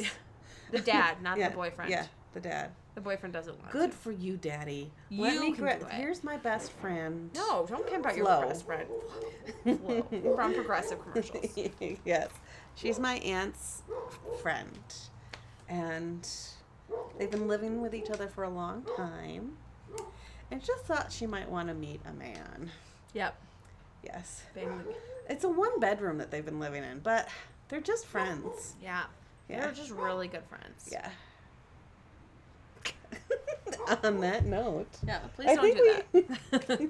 Speaker 3: The dad, not
Speaker 1: Yeah,
Speaker 3: the boyfriend.
Speaker 1: Yeah, the dad.
Speaker 3: The boyfriend doesn't want.
Speaker 1: Good
Speaker 3: To.
Speaker 1: for you, daddy.
Speaker 3: You
Speaker 1: let me
Speaker 3: can
Speaker 1: gra-
Speaker 3: do it.
Speaker 1: Here's my best friend.
Speaker 3: No, don't care about your
Speaker 1: Flo.
Speaker 3: best friend. Flo. From progressive
Speaker 1: (laughs)
Speaker 3: commercials.
Speaker 1: yes. She's my aunt's friend. And they've been living with each other for a long time. And just thought she might want to meet a man.
Speaker 3: Yep.
Speaker 1: Yes.
Speaker 3: Bang.
Speaker 1: It's a one bedroom that they've been living in, but they're just friends.
Speaker 3: Yeah.
Speaker 1: Yeah.
Speaker 3: They're just really good friends.
Speaker 1: Yeah. (laughs) On that note,
Speaker 3: Yeah. Please
Speaker 1: I
Speaker 3: don't
Speaker 1: think
Speaker 3: do
Speaker 1: we-
Speaker 3: that.
Speaker 1: (laughs)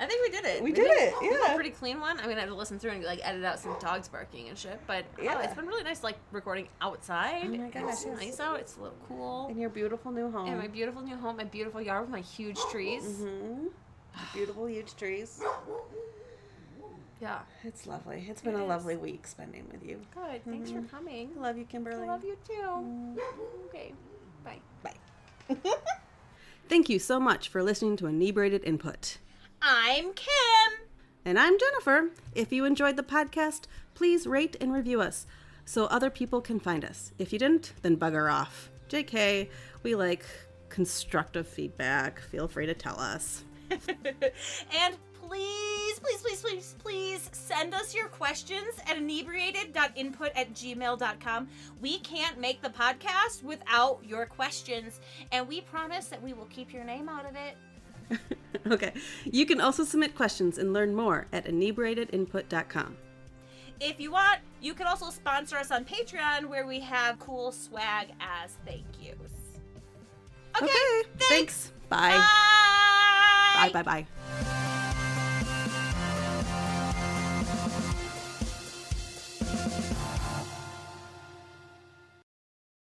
Speaker 3: I think we did it.
Speaker 1: We did it,
Speaker 3: We got
Speaker 1: yeah.
Speaker 3: a pretty clean one. I mean, I had to listen through and like edit out some dogs barking and shit, but oh,
Speaker 1: Yeah.
Speaker 3: it's been really nice like recording outside.
Speaker 1: Oh my gosh,
Speaker 3: it's
Speaker 1: yes.
Speaker 3: nice out. It's a little cool.
Speaker 1: in your beautiful new home.
Speaker 3: And my beautiful new home, my beautiful yard with my huge trees.
Speaker 1: hmm Beautiful, huge trees.
Speaker 3: Yeah.
Speaker 1: It's lovely. It's been
Speaker 3: It
Speaker 1: a
Speaker 3: is.
Speaker 1: lovely week spending with you.
Speaker 3: Good. Thanks
Speaker 1: Mm-hmm.
Speaker 3: for coming.
Speaker 1: Love you, Kimberly.
Speaker 3: I love you too.
Speaker 1: Mm-hmm.
Speaker 3: Okay. Bye.
Speaker 1: (laughs) Thank you so much for listening to Inebriated Input.
Speaker 3: I'm Kim. (laughs)
Speaker 1: And I'm Jennifer. If you enjoyed the podcast, please rate and review us so other people can find us. If you didn't, then bugger off. JK, we like constructive feedback. Feel free to tell us. (laughs)
Speaker 3: and please, please, please, please, please send us your questions at inebriated.input at gmail.com. We can't make the podcast without your questions, and we promise that we will keep your name out of it.
Speaker 1: okay. You can also submit questions and learn more at inebriatedinput.com.
Speaker 3: If you want, you can also sponsor us on Patreon where we have cool swag as thank yous. Okay,
Speaker 1: Thanks. Bye.
Speaker 3: Bye.
Speaker 1: Bye. Bye. Bye.